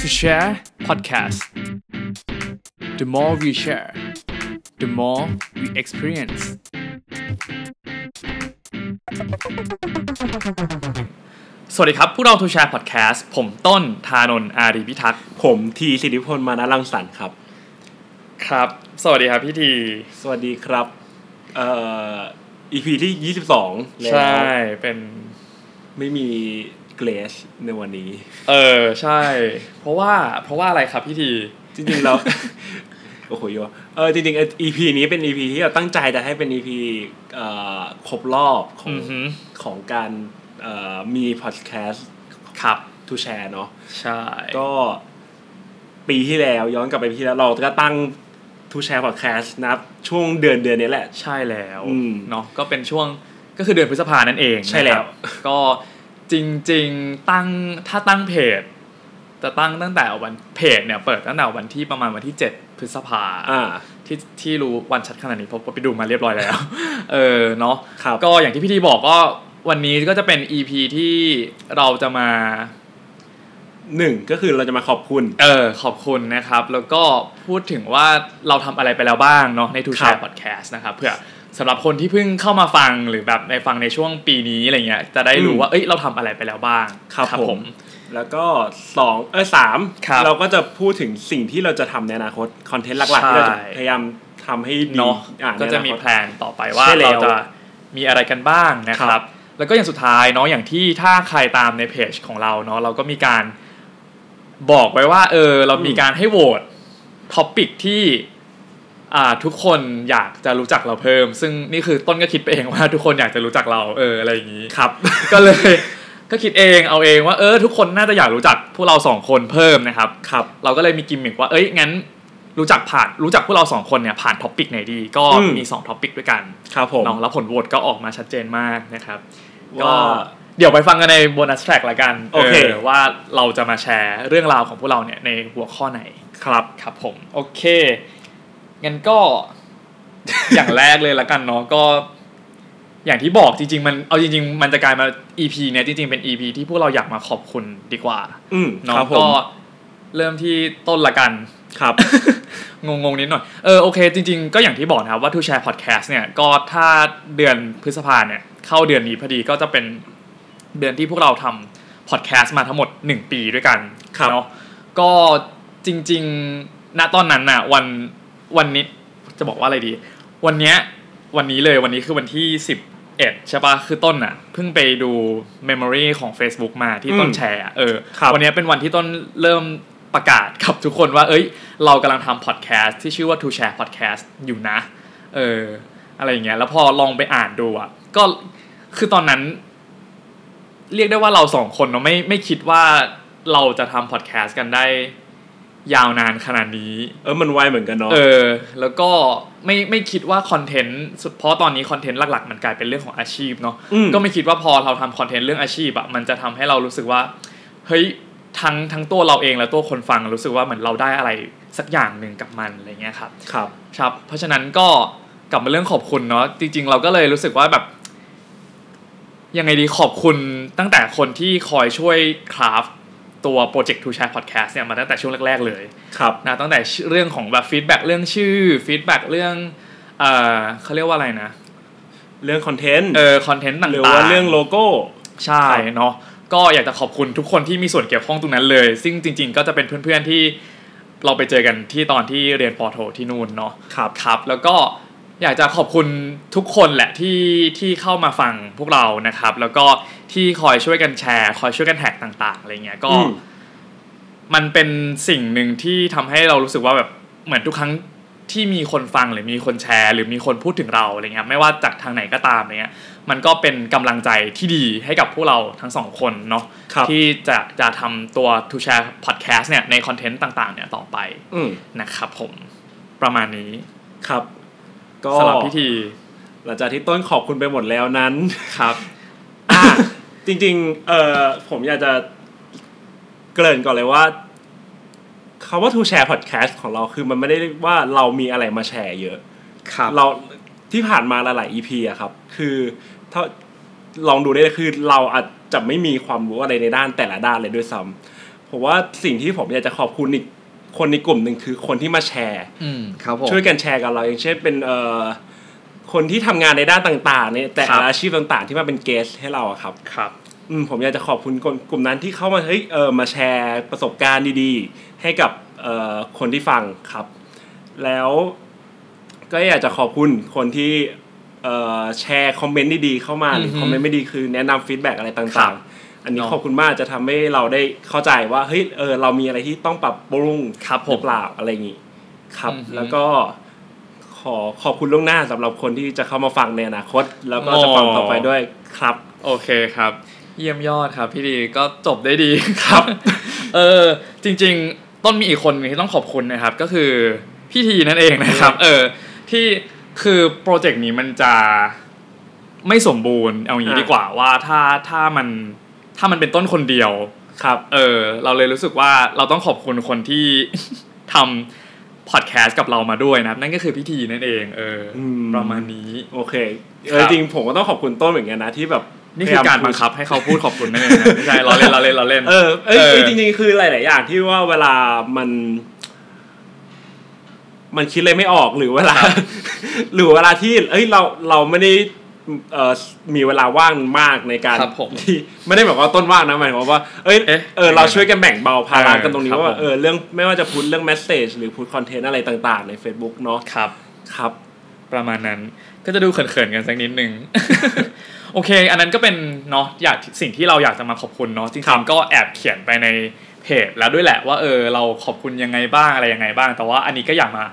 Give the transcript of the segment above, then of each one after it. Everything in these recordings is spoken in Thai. to share podcast the more we share the more we experience สวัสดีครับ พวกเรา To Share Podcast ผมต้นธานนท์อารีพิทักษ์ ผมทีสิริพลมานะรังสรรค์ครับ ครับ สวัสดีครับพี่ที สวัสดีครับ เอ่อ EP ที่ 22 แล้ว ใช่เป็น ไม่มีเกรชในวันนี้ เออ ใช่ เพราะว่าเพราะว่าอะไรครับพี่ที จริงๆเรา โอ้โหโยเออจริงๆไอ้ EP นี้เป็น EP ที่เราตั้งใจจะให้เป็น EP เอ่อครบรอบของ อือฮึ ของการเอ่อมีพอดแคสต์ ครับ ทูแชร์เนาะ ใช่ ก็ปีที่แล้วย้อนกลับไปปีที่แล้วเราก็ตั้งทูแชร์พอดแคสต์นะครับช่วงเดือนเดือนนี้แหละ ใช่แล้ว อืม เนาะก็เป็นช่วงก็คือเดือนพฤษภานั่นเอง ใช่แล้ว นะครับก็จริงๆตั้งถ้าตั้งเพจจะตั้งตั้งแต่วันเพจเนี่ยเปิดตั้งแต่วันที่ประมาณวันที่ 7 พฤษภา อ่า ที่ที่รู้วันชัดขนาดนี้เพราะว่าไปดูมาเรียบร้อยแล้ว เออเนาะ ครับ ก็อย่างที่พี่ทีบอกก็วันนี้ก็จะเป็น EP ที่เราจะมา หนึ่งก็คือเราจะมาขอบคุณ เออขอบคุณนะครับ แล้วก็พูดถึงว่าเราทำอะไรไปแล้วบ้างเนาะในทู คชารับ พอดแคสต์นะครับเพื่อสำหรับคนที่เพิ่งเข้ามาฟังหรือแบบในฟังในช่วงปีนี้อะไรเงี้ยจะได้รู้ว่าเอ้ยเราทำอะไรไปแล้วบ้าง ครับผม แล้วก็สองเออสาม ครับ เราก็จะพูดถึงสิ่งที่เราจะทำในอนาคตคอนเทนต์หลักๆ ใช่ ที่เราจะพยายามทำให้ดี เนาะ อ่ ก็จะ ในอ มี นคต แพลนต่อไปว่า ใช่แล้ว เราจะมีอะไรกันบ้างนะค ค รั รับ บ แล้วก็อย่างสุดท้ายเนาะอย่างที่ถ้าใครตามในเพจของเราเนาะเราก็มีการบอกไว้ว่าเออเรามีการให้โหวตท็อปิกที่อ่าทุกคนอยากจะรู้จักเราเพิ่ม ซึ่งนี่คือต้นก็คิดไปเองว่า ทุกคนอยากจะรู้จักเราเอออะไรอย่างนี้ ครับ ก็เลย ก็คิดเองเอาเองว่าเออทุกคนน่าจะอยากรู้จักพวกเราสองคนเพิ่มนะครับ ครับ เราก็เลยมีกิมมิกว่า เอ้ย งั้นรู้จักผ่านรู้จักพวกเราสองคนเนี่ยผ่านท็อปิกไหนดี ก็ อืม มี2ท็อปิกด้วยกัน ครับผม เนาะแล้วผลโหวตก็ออกมาชัดเจนมากนะครับ ก็ ว่า เดี๋ยวไปฟังกันในโบนัสแทร็กละกัน โอเค ว่าเราจะมาแชร์เรื่องราวของพวกเราเนี่ยในหัวข้อไหน ครับ ครับผม โอเค งั้นก็ อย่างแรกเลยละกันเนาะก็ อย่างที่บอกจริง ๆ มันเอาจริง ๆ มันจะกลายมา EP เนี่ยจริง ๆ เป็น EP ที่พวกเราอยากมาขอบคุณดีกว่า อืม น้อ ครั ง บผ ก็ ม เริ่มที่ต้นละกัน ครับ งงงๆนิดหน่อย เออโอเค จริง ๆ ก็อย่างที่บอกนะครับว่า To Share Podcast เนี่ยก็ถ้าเดือนพฤษภาเนี่ย เข้าเดือนนี้พอดีก็จะเป็นเดือนที่พวกเราทำพอดแคสต์มาทั้งหมด 1 ปีด้วยกัน ครับ เนาะก็จริง ๆ ณตอนนั้นน่ะวันวันนี้จะบอกว่าอะไรดี วันเนี้ยวันนี้เลยวันนี้คือวันที่ 11 ใช่ปะคือต้นอ่ะ เพิ่งไปดู Memory ของ Facebook มาที่ต้น อืม แชร์อะเออ ครับ วันนี้เป็นวันที่ต้นเริ่มประกาศกับทุกคนว่า เอ้ย เรากำลังทำพอดแคสต์ที่ชื่อว่า To Share Podcast อยู่นะ เออ อะไรอย่างเงี้ย แล้วพอลองไปอ่านดูอ่ะ ก็ คือตอนนั้น เรียกได้ว่าเราสองคนเนาะไม่ไม่คิดว่าเราจะทำพอดแคสต์กันได้ยาวนานขนาดนี้ เออมันไวเหมือนกันเนาะ เออ แล้วก็ไม่ไม่คิดว่าคอนเทนต์สุดเพราะตอนนี้คอนเทนต์หลักๆ มันกลายเป็นเรื่องของอาชีพเนาะ อืม ก็ไม่คิดว่าพอเราทำคอนเทนต์เรื่องอาชีพอะมันจะทำให้เรารู้สึกว่า เฮ้ย ทั้งทั้งตัวเราเองและตัวคนฟังรู้สึกว่าเหมือนเราได้อะไรสักอย่างหนึ่งกับมันอะไรเงี้ยครับ ครับ ครับ เพราะฉะนั้นก็กลับมาเรื่องขอบคุณเนาะ จริง ๆ เราก็เลยรู้สึกว่าแบบยังไงดีขอบคุณตั้งแต่คนที่คอยช่วยคราฟต์ตัวโปรเจกต์ทูแชร์พอดแคสต์เนี่ยมาตั้งแต่ช่วงแรกๆเลย ครับ นะตั้งแต่ชื่อเรื่องของแบบฟีดแบ็เรื่องชื่อฟีดแบ็เรื่องเอ่อเขาเรียกว่าอะไรนะ เรื่องคอนเทนต์ เออคอนเทนต์ต่างๆ หรือว่าเรื่องโลโก้ ใช่ ครับ เนาะก็อยากจะขอบคุณทุกคนที่มีส่วนเกี่ยวข้องตรงนั้นเลย ซึ่งจริง ๆ ก็จะเป็นเพื่อนๆที่เราไปเจอกันที่ตอนที่เรียนปอโทที่นู่นเนาะ ครับ ครับ แล้วก็อยากจะขอบคุณทุกคนแหละที่ที่เข้ามาฟังพวกเรานะครับ แล้วก็ที่คอยช่วยกันแชร์ คอยช่วยกันแท็กต่างๆอะไรเงี้ยก็ อืม มันเป็นสิ่งหนึ่งที่ทำให้เรารู้สึกว่าแบบเหมือนทุกครั้งที่มีคนฟังหรือมีคนแชร์ หรือมีคนพูดถึงเราอะไรเงี้ยไม่ว่าจากทางไหนก็ตามอะไรเงี้ยมันก็เป็นกำลังใจที่ดีให้กับพวกเราทั้งสองคนเนาะ ครับ ที่จะจะทำตัว To Share Podcast เนี่ยในคอนเทนต์ต่างๆเนี่ยต่อไป อืม นะครับผมประมาณนี้ ครับ ก็ สำหรับพิธี หลังจากที่ต้นขอบคุณไปหมดแล้วนั้น ครับ อ่ะจริงๆ เอ่อผมอยากจะเกริ่นก่อนเลยว่าคำว่า To Share Podcast ของเราคือมันไม่ได้ว่าเรามีอะไรมาแชร์เยอะ ครับ เราที่ผ่านมาหลายๆ EP อะครับ คือถ้าลองดูได้เลยคือเราอาจจะไม่มีความรู้อะไรในด้านแต่ละด้านเลยด้วยซ้ำ ผมว่าสิ่งที่ผมอยากจะขอบคุณอีกคนในกลุ่มหนึ่งคือคนที่มาแชร์ อืม ครับผม ช่วยกันแชร์กับเราอย่างเช่นเป็นเอ่อคนที่ทำงานในด้านต่างๆเนี่ยแต่ ครับ อาชีพต่างๆ ที่มาเป็นเกสให้เราอะครับ ครับ อืมผมอยากจะขอบคุณคนกลุ่มนั้นที่เข้ามาเฮ้ยเออมาแชร์ประสบการณ์ดีๆ ให้กับเอ่อคนที่ฟังครับ แล้วก็อยากจะขอบคุณคนที่เอ่อแชร์คอมเมนต์ดีๆเข้ามาหรือ อือฮึ คอมเมนต์ไม่ดีคือแนะนำฟีดแบ็กอะไร ครั ต่าบงๆ อันนี้ขอบคุณมากจะทำให้เราได้เข้าใจว่าเฮ้ยเออเรามีอะไรที่ต้องปรับปรุง ครับผ หรื ม อเปล่าอะไรอย่างนี้ครับ อือฮึ แล้วก็ขอขอบคุณล่วงหน้าสำหรับคนที่จะเข้ามาฟังในอนาคต แล้วก็จะฟัง โอ้ ต่อไปด้วยครับ โอเคครับ เยี่ยมยอดครับ พี่ดีก็จบได้ดี ครับ เออจริง ๆ ต้นมีอีกคนหนึ่งที่ต้องขอบคุณนะครับ ก็คือพี่ทีนั่นเองนะครับ เออ ที่คือโปรเจกต์นี้มันจะไม่สมบูรณ์เอาอย่างนี้ อ่า ดีกว่าว่าถ้าถ้ามันถ้ามันเป็นต้นคนเดียว ครับ เออเราเลยรู้สึกว่าเราต้องขอบคุณคนที่ ทำพอดแคสต์กับเรามาด้วยนะครับ นั่นก็คือพิธีนั่นเองเอออ ม ประมาณนี้ โอเค ค เอ รับ อจริงผมก็ต้องขอบคุณต้นเหมือนกันนะที่แบบ นี่คือการ พยยม บังคับให้เขาพูดขอบคุณนั่นเองนะ ไม่ใช่เราเล่นเราเล่นเราเล่น เออเอ้ย เออ คือจริงๆคือหลาย ๆ อย่างที่ว่าเวลามัน มันคิดเลยไม่ออกหรือเวลา หรือเวลาที่ เอ้ยเราเราไม่ได้เอ่อมีเวลาว่างมากในการ ครับผม ที่ไม่ได้แบบว่าต้นว่างนะหมายความว่าเอ้ย เอ๊ะ เออเราช่วยกันแบ่งเบาภาระ เออ กันตรงนี้ ครับ ว่า ผม เออเรื่องไม่ว่าจะพูดเรื่องแมสเซจหรือพูดคอนเทนต์อะไรต่างๆ ใน Facebook เนาะ ครับ ครับ ประมาณนั้นก็จะดูเขินๆกันสักนิดนึง โอเค อันนั้นก็เป็นเนาะอยากสิ่งที่เราอยากจะมาขอบคุณเนาะจริงๆก็แอบเขียนไปในเพจแล้วด้วยแหละว่าเออเราขอบคุณยังไงบ้างอะไรยังไงบ้าง แต่ว่าอันนี้ก็อยากมา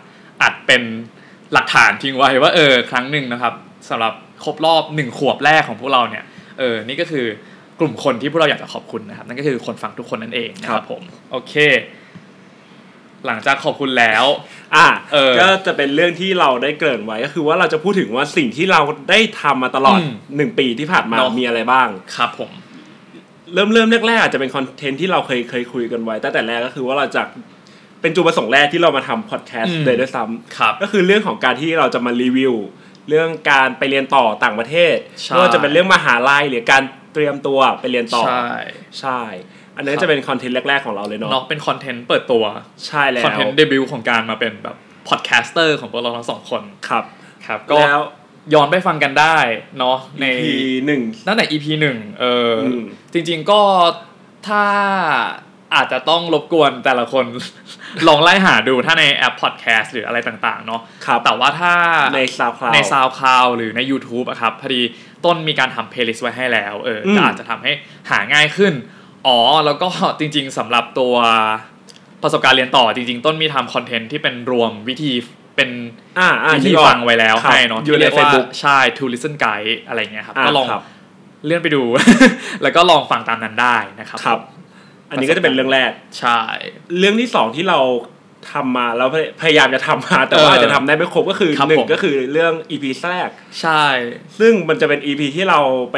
อัดเป็นหลักฐานทิ้งไว้ว่าเออครั้งหนึ่งนะครับสำหรับครบรอบหนึ่งขวบแรกของพวกเราเนี่ยเออนี่ก็คือกลุ่มคนที่พวกเราอยากจะขอบคุณนะครับนั่นก็คือคนฟังทุกคนนั่นเองนะครับผมโอเค หลังจากขอบคุณแล้ว อ่ะ เออ ก็จะเป็นเรื่องที่เราได้เกริ่นไว้ก็คือว่าเราจะพูดถึงว่าสิ่งที่เราได้ทำมาตลอด อืม หนึ่งปีที่ผ่านมา เนอะ มีอะไรบ้าง ครับผม เริ่มเริ่มแรกๆอาจจะเป็นคอนเทนต์ที่เราเคยเคยคุยกันไว้ตั้งแต่แรกก็คือว่าเราจะเป็นจุดประสงค์แรกที่เรามาทำพอดแคส อื ต์ ม เลยด้วยซ้ำ ครับ ก็คือเรื่องของการที่เราจะมารีวิว เรื่องการไปเรียนต่อต่างประเทศ ใช่ ไม่ว่าจะเป็นเรื่องมหาลัยหรือการเตรียมตัวไปเรียนต่อ ใช่ ใช่ อันนี้ ครับ จะเป็นคอนเทนต์แรก ๆ ของเราเลยเนาะ เนาะเป็นคอนเทนต์เปิดตัว ใช่แล้ คอน ว เทนต์เดบิวต์ของการมาเป็นแบบพอดแคสเตอร์ของพวกเราทั้งสองคน ครับ ครับ ก็ แล้ว ย้อนไปฟังกันได้เนาะใน EP หนึ่ง ตั้งแต่ EP หนึ่งเอออ ม จริงๆก็ถ้าอาจจะต้องรบกวนแต่ละคน ลองไล่หาดูถ้าในแอปพอดแคสต์หรืออะไรต่างๆเนาะ ครับ แต่ว่าถ้า ในซาวคลาว ใน SoundCloud หรือใน YouTube อะครับพอดีต้นมีการทำ playlist ไว้ให้แล้วเอออ ม ก็อาจจะทำให้หาง่ายขึ้น อ๋อ แล้วก็ จริงๆสำหรับตัวประสบการณ์เรียนต่อจริงๆ ต้นมีทำคอนเทนต์ที่เป็นรวมวิธีเป็น อ่าอ่า วิธี นึกออก ฟังไว้แล้ว ครับ ให้เนาะ อยู่ ที่ ใน เรียกว่า Facebook ใช่ to listen guide อะไรเงี้ยครับ อ่า ก็ลอง ครับ เลื่อนไปดู แล้วก็ลองฟังตามนั้นได้นะครับ ครับ อันนี้ก็จะเป็นเรื่องแรก ใช่ เรื่องที่สองที่เราทำมาแล้วพยายามจะทำมา แต่เออว่าอาจจะทำได้ไม่ครบก็คือ ครับ หนึ่ ผ ง ม ก็คือเรื่อง EP แรก ใช่ ซึ่งมันจะเป็น EP ที่เราไป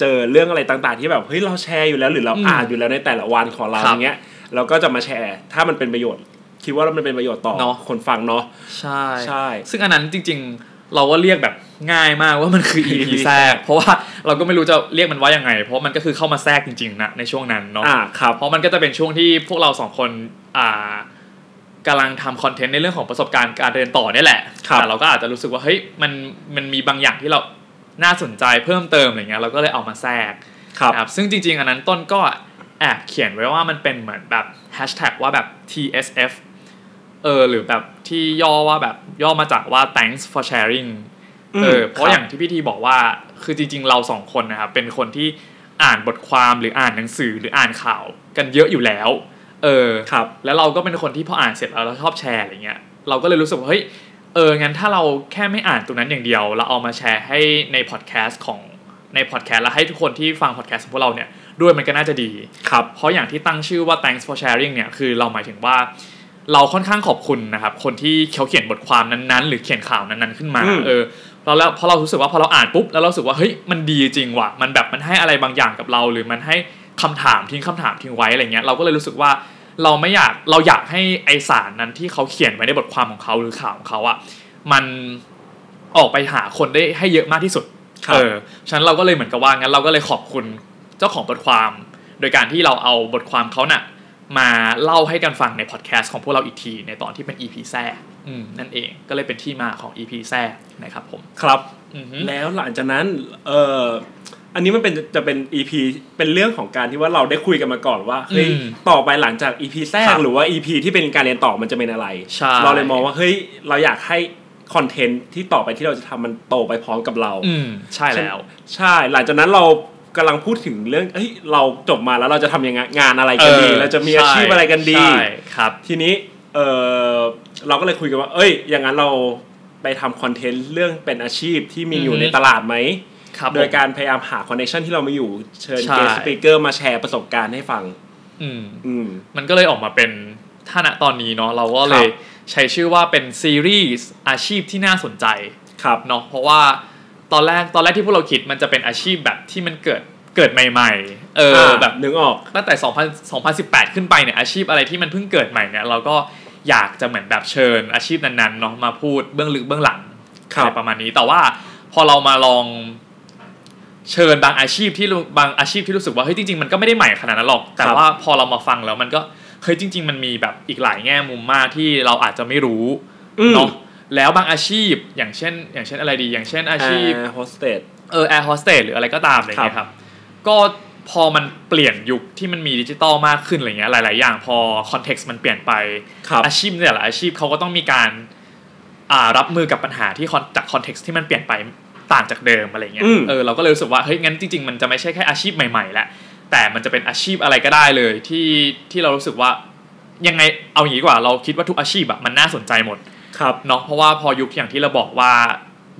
เจอเรื่องอะไรต่างๆ ที่แบบเฮ้ยเราแชร์อยู่แล้วหรือเรา อืม อ่านอยู่แล้วในแต่ละวันของเรา ครั อบ ย่างเงี้ยเราก็จะมาแชร์ถ้ามันเป็นประโยชน์ คิดว่ามันเป็นประโยชน์ต่อ เนอะ คนฟังเนาะ ใช่ ใช่ ซึ่งอันนั้นจริงๆ เราก็เรียกแบบง่ายมากว่ามันคือ EP แทรก เพราะว่าเราก็ไม่รู้จะเรียกมันว่ายังไง เพราะมันก็คือเข้ามาแทรกจริงๆนะในช่วงนั้นเนาะ อ่าครับ เพราะมันก็จะเป็นช่วงที่พวกเราสองคนอ่ากำลังทำคอนเทนต์ในเรื่องของประสบการณ์การเรียนต่อเนี่ยแหละ ครับ แต่เราก็อาจจะรู้สึกว่าเฮ้ยมันมันมีบางอย่างที่เราน่าสนใจเพิ่มเติมอะไรเงี้ยเราก็เลยเอามาแทรก ครับ ครับซึ่งจริงๆ อันนั้นต้นก็แอบเขียนไว้ว่ามันเป็นเหมือนแบบแฮชแท็กว่าแบบ TSF เออหรือแบบที่ย่อว่าแบบย่อมาจากว่า thanks for sharing อืม เออเพราะ ครับ อย่างที่พี่ทีบอกว่าคือจริงๆ เราสองคนนะครับเป็นคนที่อ่านบทความหรืออ่านหนังสือหรืออ่านข่าวกันเยอะอยู่แล้วเออ ครับ แล้วเราก็เป็นคนที่พออ่านเสร็จแล้วเราชอบแชร์อะไรเงี้ยเราก็เลยรู้สึกว่าเฮ้ยเอองั้นถ้าเราแค่ไม่อ่านตรงนั้นอย่างเดียว เราเอามาแชร์ให้ในพอดแคสต์ของในพอดแคสต์แล้วให้ทุกคนที่ฟังพอดแคสต์ของพวกเราเนี่ยด้วยมันก็น่าจะดี ครับ เพราะอย่างที่ตั้งชื่อว่า thanks for sharing เนี่ยคือเราหมายถึงว่า เราค่อนข้างขอบคุณนะครับคนที่เขาเขียนบทความนั้นๆ หรือเขียนข่าวนั้นๆขึ้นมา อืม เออเราแล้วพอเรารู้สึกว่าพอเราอ่านปุ๊บแล้วเรารู้สึกว่าเฮ้ยมันดีจริงว่ะมันแบบมันให้อะไรบางอย่างกับเรา หรือมันให้คำถามทิ้งคำถามทิ้งไว้อะไรเงี้ยเราก็เลยรู้สึกว่าเราไม่อยากเราอยากให้ไอสารนั้นที่เขาเขียนไว้ในบทความของเขาหรือข่าวของเขาอ่ะมันออกไปหาคนได้ให้เยอะมากที่สุด ครับ เออฉะนันเราก็เลยเหมือนกับว่างั้นเราก็เลยขอบคุณเจ้าของบทความ โดยการที่เราเอาบทความเขาน่ะ มาเล่าให้กันฟังในพอดแคสต์ของพวกเราอีกที ในตอนที่เป็น EP แทรกอืมนั่นเองก็เลยเป็นที่มาของ EP แทรกนะครับผม ครับ อือฮึ แล้วหลังจากนั้นเอ่ออันนี้มันเป็นจะเป็น EP เป็นเรื่องของการที่ว่าเราได้คุยกันมาก่อนว่าเฮ้ย อืม ต่อไปหลังจาก EP แทร ครั ก บ หรือว่า EP ที่เป็นการเรียนต่อมันจะเป็นอะไร ใช่ เราเลยมองว่าเฮ้ยเราอยากให้คอนเทนต์ที่ต่อไปที่เราจะทำมันโตไปพร้อมกับเรา อืมใช่แล้ว ใช่หลังจากนั้นเรากำลังพูดถึงเรื่องเอ้ยเราจบมาแล้วเราจะทำยังไงงานอะไรกันดี ออ เราจะมีอาชีพอะไรกันดี ใช่ครับ ทีนี้เออเราก็เลยคุยกันว่า เอ้ย อย่างนั้นเราไปทำคอนเทนต์เรื่องเป็นอาชีพที่มีอยู่ อือฮึ ในตลาดไหม ครับ โดย ผม การพยายามหาคอนเนคชันที่เรามาอยู่เชิญ ใช่ เกสต์สปีกเกอร์มาแชร์ประสบการณ์ให้ฟัง อืม อืม มันก็เลยออกมาเป็นถ้าณตอนนี้เนาะเราก็เลย ครับ ใช้ชื่อว่าเป็นซีรีส์อาชีพที่น่าสนใจ ครับ เนาะเพราะว่าตอนแรกตอนแรกที่พวกเราคิดมันจะเป็นอาชีพแบบที่มันเกิดเกิดใหม่ ๆ เอออแบบ นึกออก ตั้งแต่2000 2018 ขึ้นไปเนี่ยอาชีพอะไรที่มันเพิ่งเกิดใหม่เนี่ยเราก็อยากจะเหมือนแบบเชิญอาชีพนั้นๆเนาะมาพูดเบื้องลึกเบื้องหลัง ครับ อะไรประมาณนี้แต่ว่าพอเรามาลองเชิญบางอาชีพที่รู้บางอาชีพที่รู้สึกว่าเฮ้ยจริงๆมันก็ไม่ได้ใหม่ขนาดนั้นหรอก แต่ว่าพอเรามาฟังแล้วมันก็เฮ้ยจริง ๆ มันมีแบบอีกหลายแง่มุมมากที่เราอาจจะไม่รู้ อืม เนาะแล้วบางอาชีพอย่างเช่น อย่างเช่นอะไรดี อย่างเช่นอาชีพ โฮสเตส เออแอร์โฮสเตสหรืออะไรก็ตามอะไรเงี้ยครับ ก็พอมันเปลี่ยนยุคที่มันมีดิจิตอลมากขึ้นอะไรเงี้ยหลาย ๆ อย่างพอคอนเท็กซ์มันเปลี่ยนไป ครับ อาชีพแต่ละอาชีพเขาก็ต้องมีการอ่ารับมือกับปัญหาที่ con- จากคอนเท็กซ์ที่มันเปลี่ยนไปต่างจากเดิมอะไรเงี้ย อืม เออเราก็เลยรู้สึกว่าเฮ้ยงั้นจริง ๆ มันจะไม่ใช่แค่อาชีพใหม่ ๆ แล้วแต่มันจะเป็นอาชีพอะไรก็ได้เลยที่ที่เรารู้สึกว่ายังไงเอาอย่างนี้ดีกว่าเราคิดว่าทุกอาชีพอะมันน่าสนใจหมด ครับ เนาะเพราะว่าพอยุคอย่างที่เราบอกว่า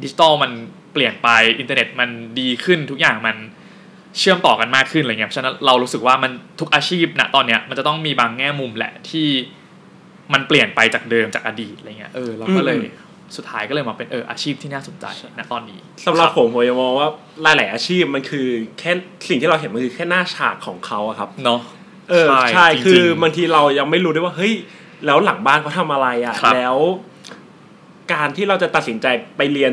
ดิจิตอลมันเปลี่ยนไปอินเทอร์เน็ตมันดีขึ้นทุกอย่างมันเชื่อมต่อกันมากขึ้นอะไรเงี้ยเพราะฉะนั้นเรารู้สึกว่ามันทุกอาชีพนะตอนเนี้ยมันจะต้องมีบางแง่มุมแหละที่มันเปลี่ยนไปจากเดิมจากอดีตอะไรเงี้ยเออเราก็เลย อืม สุดท้ายก็เลยมาเป็นเอออาชีพที่น่าสนใจนะตอนนี้ สำหรับ ค ผมผมจะมองว่าหลาย ๆ อาชีพมันคือแค่สิ่งที่เราเห็นมันคือแค่หน้าฉากของเขาอะครับ เนาะ เออ ใช่ ใช่ จริงๆ คือบางทีเรายังไม่รู้ด้วยว่าเฮ้ยแล้วหลังบ้านเขาทำอะไรอ่ะ ครับ แล้ว การที่เราจะตัดสินใจไปเรียน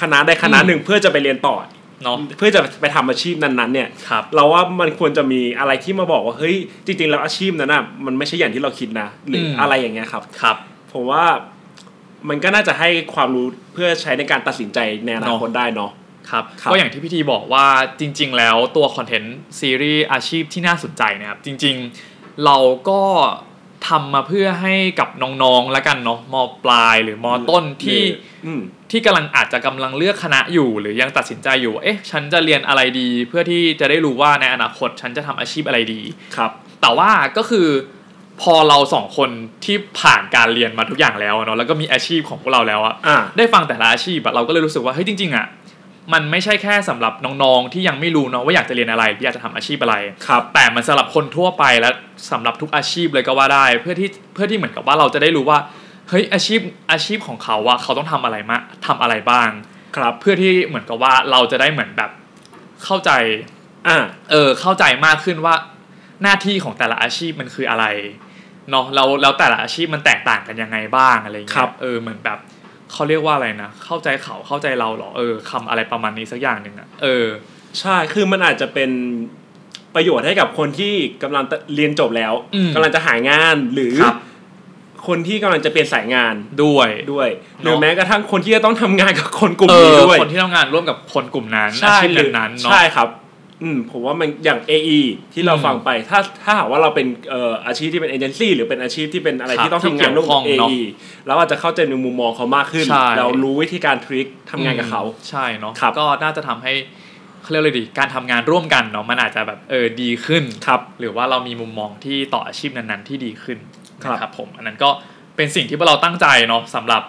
คณะใดคณะ อืม หนึ่งเพื่อจะไปเรียนต่อ เนาะ เพื่อจะไปทำอาชีพนั้นๆ เนี่ย ครับ เราว่ามันควรจะมีอะไรที่มาบอกว่าเฮ้ยจริง ๆ แล้วอาชีพนั้นน่ะมันไม่ใช่อย่างที่เราคิดนะหรืออ ม อะไรอย่างเงี้ยครับ ครับ ผมว่ามันก็น่าจะให้ความรู้เพื่อใช้ในการตัดสินใจในอนาคตได้เนาะ ครับ ครับ ก็อย่างที่พี่ทีบอกว่าจริง ๆ แล้วตัวคอนเทนต์ซีรีส์อาชีพที่น่าสนใจนะครับ จริง ๆ เราก็ทำมาเพื่อให้กับน้องๆแล้วกันเนาะมปลายหรือมต้นที่ อืม ที่กำลังอาจจะกำลังเลือกคณะอยู่ หรือยังตัดสินใจอยู่ว่าเอ๊ะฉันจะเรียนอะไรดี เพื่อที่จะได้รู้ว่าในอนาคตฉันจะทำอาชีพอะไรดี ครับ แต่ว่าก็คือพอเราสองคนที่ผ่านการเรียนมาทุกอย่างแล้วอะเนาะแล้วก็มีอาชีพของพวกเราแล้วอะ อ่า ได้ฟังแต่ละอาชีพอะเราก็เลยรู้สึกว่าเฮ้ยจริงๆอะมันไม่ใช่แค่สำหรับน้องๆที่ยังไม่รู้เนาะว่าอยากจะเรียนอะไรหรืออยากจะทำอาชีพอะไร ครับ แต่มันสำหรับคนทั่วไปและสำหรับทุกอาชีพเลยก็ว่าได้เพื่อที่เพื่อที่เหมือนกับว่าเราจะได้รู้ว่าเฮ้ยอาชีพอาชีพของเขาอะเขาต้องทำอะไรมาทำอะไรบ้าง ครับ เพื่อที่เหมือนกับว่าเราจะได้เหมือนแบบเข้าใจ อ่า เออเข้าใจมากขึ้นว่าหน้าที่ของแต่ละอาชีพมันคืออะไรเนาะเราแล้วแต่ละอาชีพมันแตกต่างกันยังไงบ้างอะไร ครั เงี้ บ ยเออเหมือนแบบ เขาเรียกว่าอะไรนะ เข้าใจเขาเข้าใจเราเหรอ เออคำอะไรประมาณนี้สักอย่างหนึ่งอะเออ ใช่ คือมันอาจจะเป็นประโยชน์ให้กับคนที่กำลังเรียนจบแล้ว อืม กำลังจะหางานหรือ ครับ คนที่กำลังจะเปลี่ยนสายงาน ด้วย ด้วย ห เนอะ รือแม้กระทั่งคนที่จะต้องทำงานกับคนกลุ่ม เอ นี้ อ ด้วย คนที่ทำงานร่วมกับคนกลุ่มนั้นอา ใช่ ชีพ หรือ นั้นๆเนาะ ใช่ครับ อืมผมว่ามันอย่าง AE ที่เรา อืม ฟังไป ถ้าถ้าหากว่าเราเป็นเอ่ออาชีพที่เป็นเอเจนซี่หรือเป็นอาชีพที่เป็นอะไร ครับ ที่ต้องทำงานร่วม ที่ กับ เกี่ยวข้อง AE เราอาจจะเข้าใจในมุมมองเขามากขึ้น ใช่ เรารู้วิธีการทริคทำงานกับเขา ใช่เนาะ ครับ ก็น่าจะทำให้เขาเรียกเลยดีการทำงานร่วมกันเนาะมันอาจจะแบบเออดีขึ้น ครับ หรือว่าเรามีมุมมองที่ต่ออาชีพนั้นๆที่ดีขึ้น ครับ นะครับผมอันนั้นก็เป็นสิ่งที่พวกเราตั้งใจเนาะสำหรับ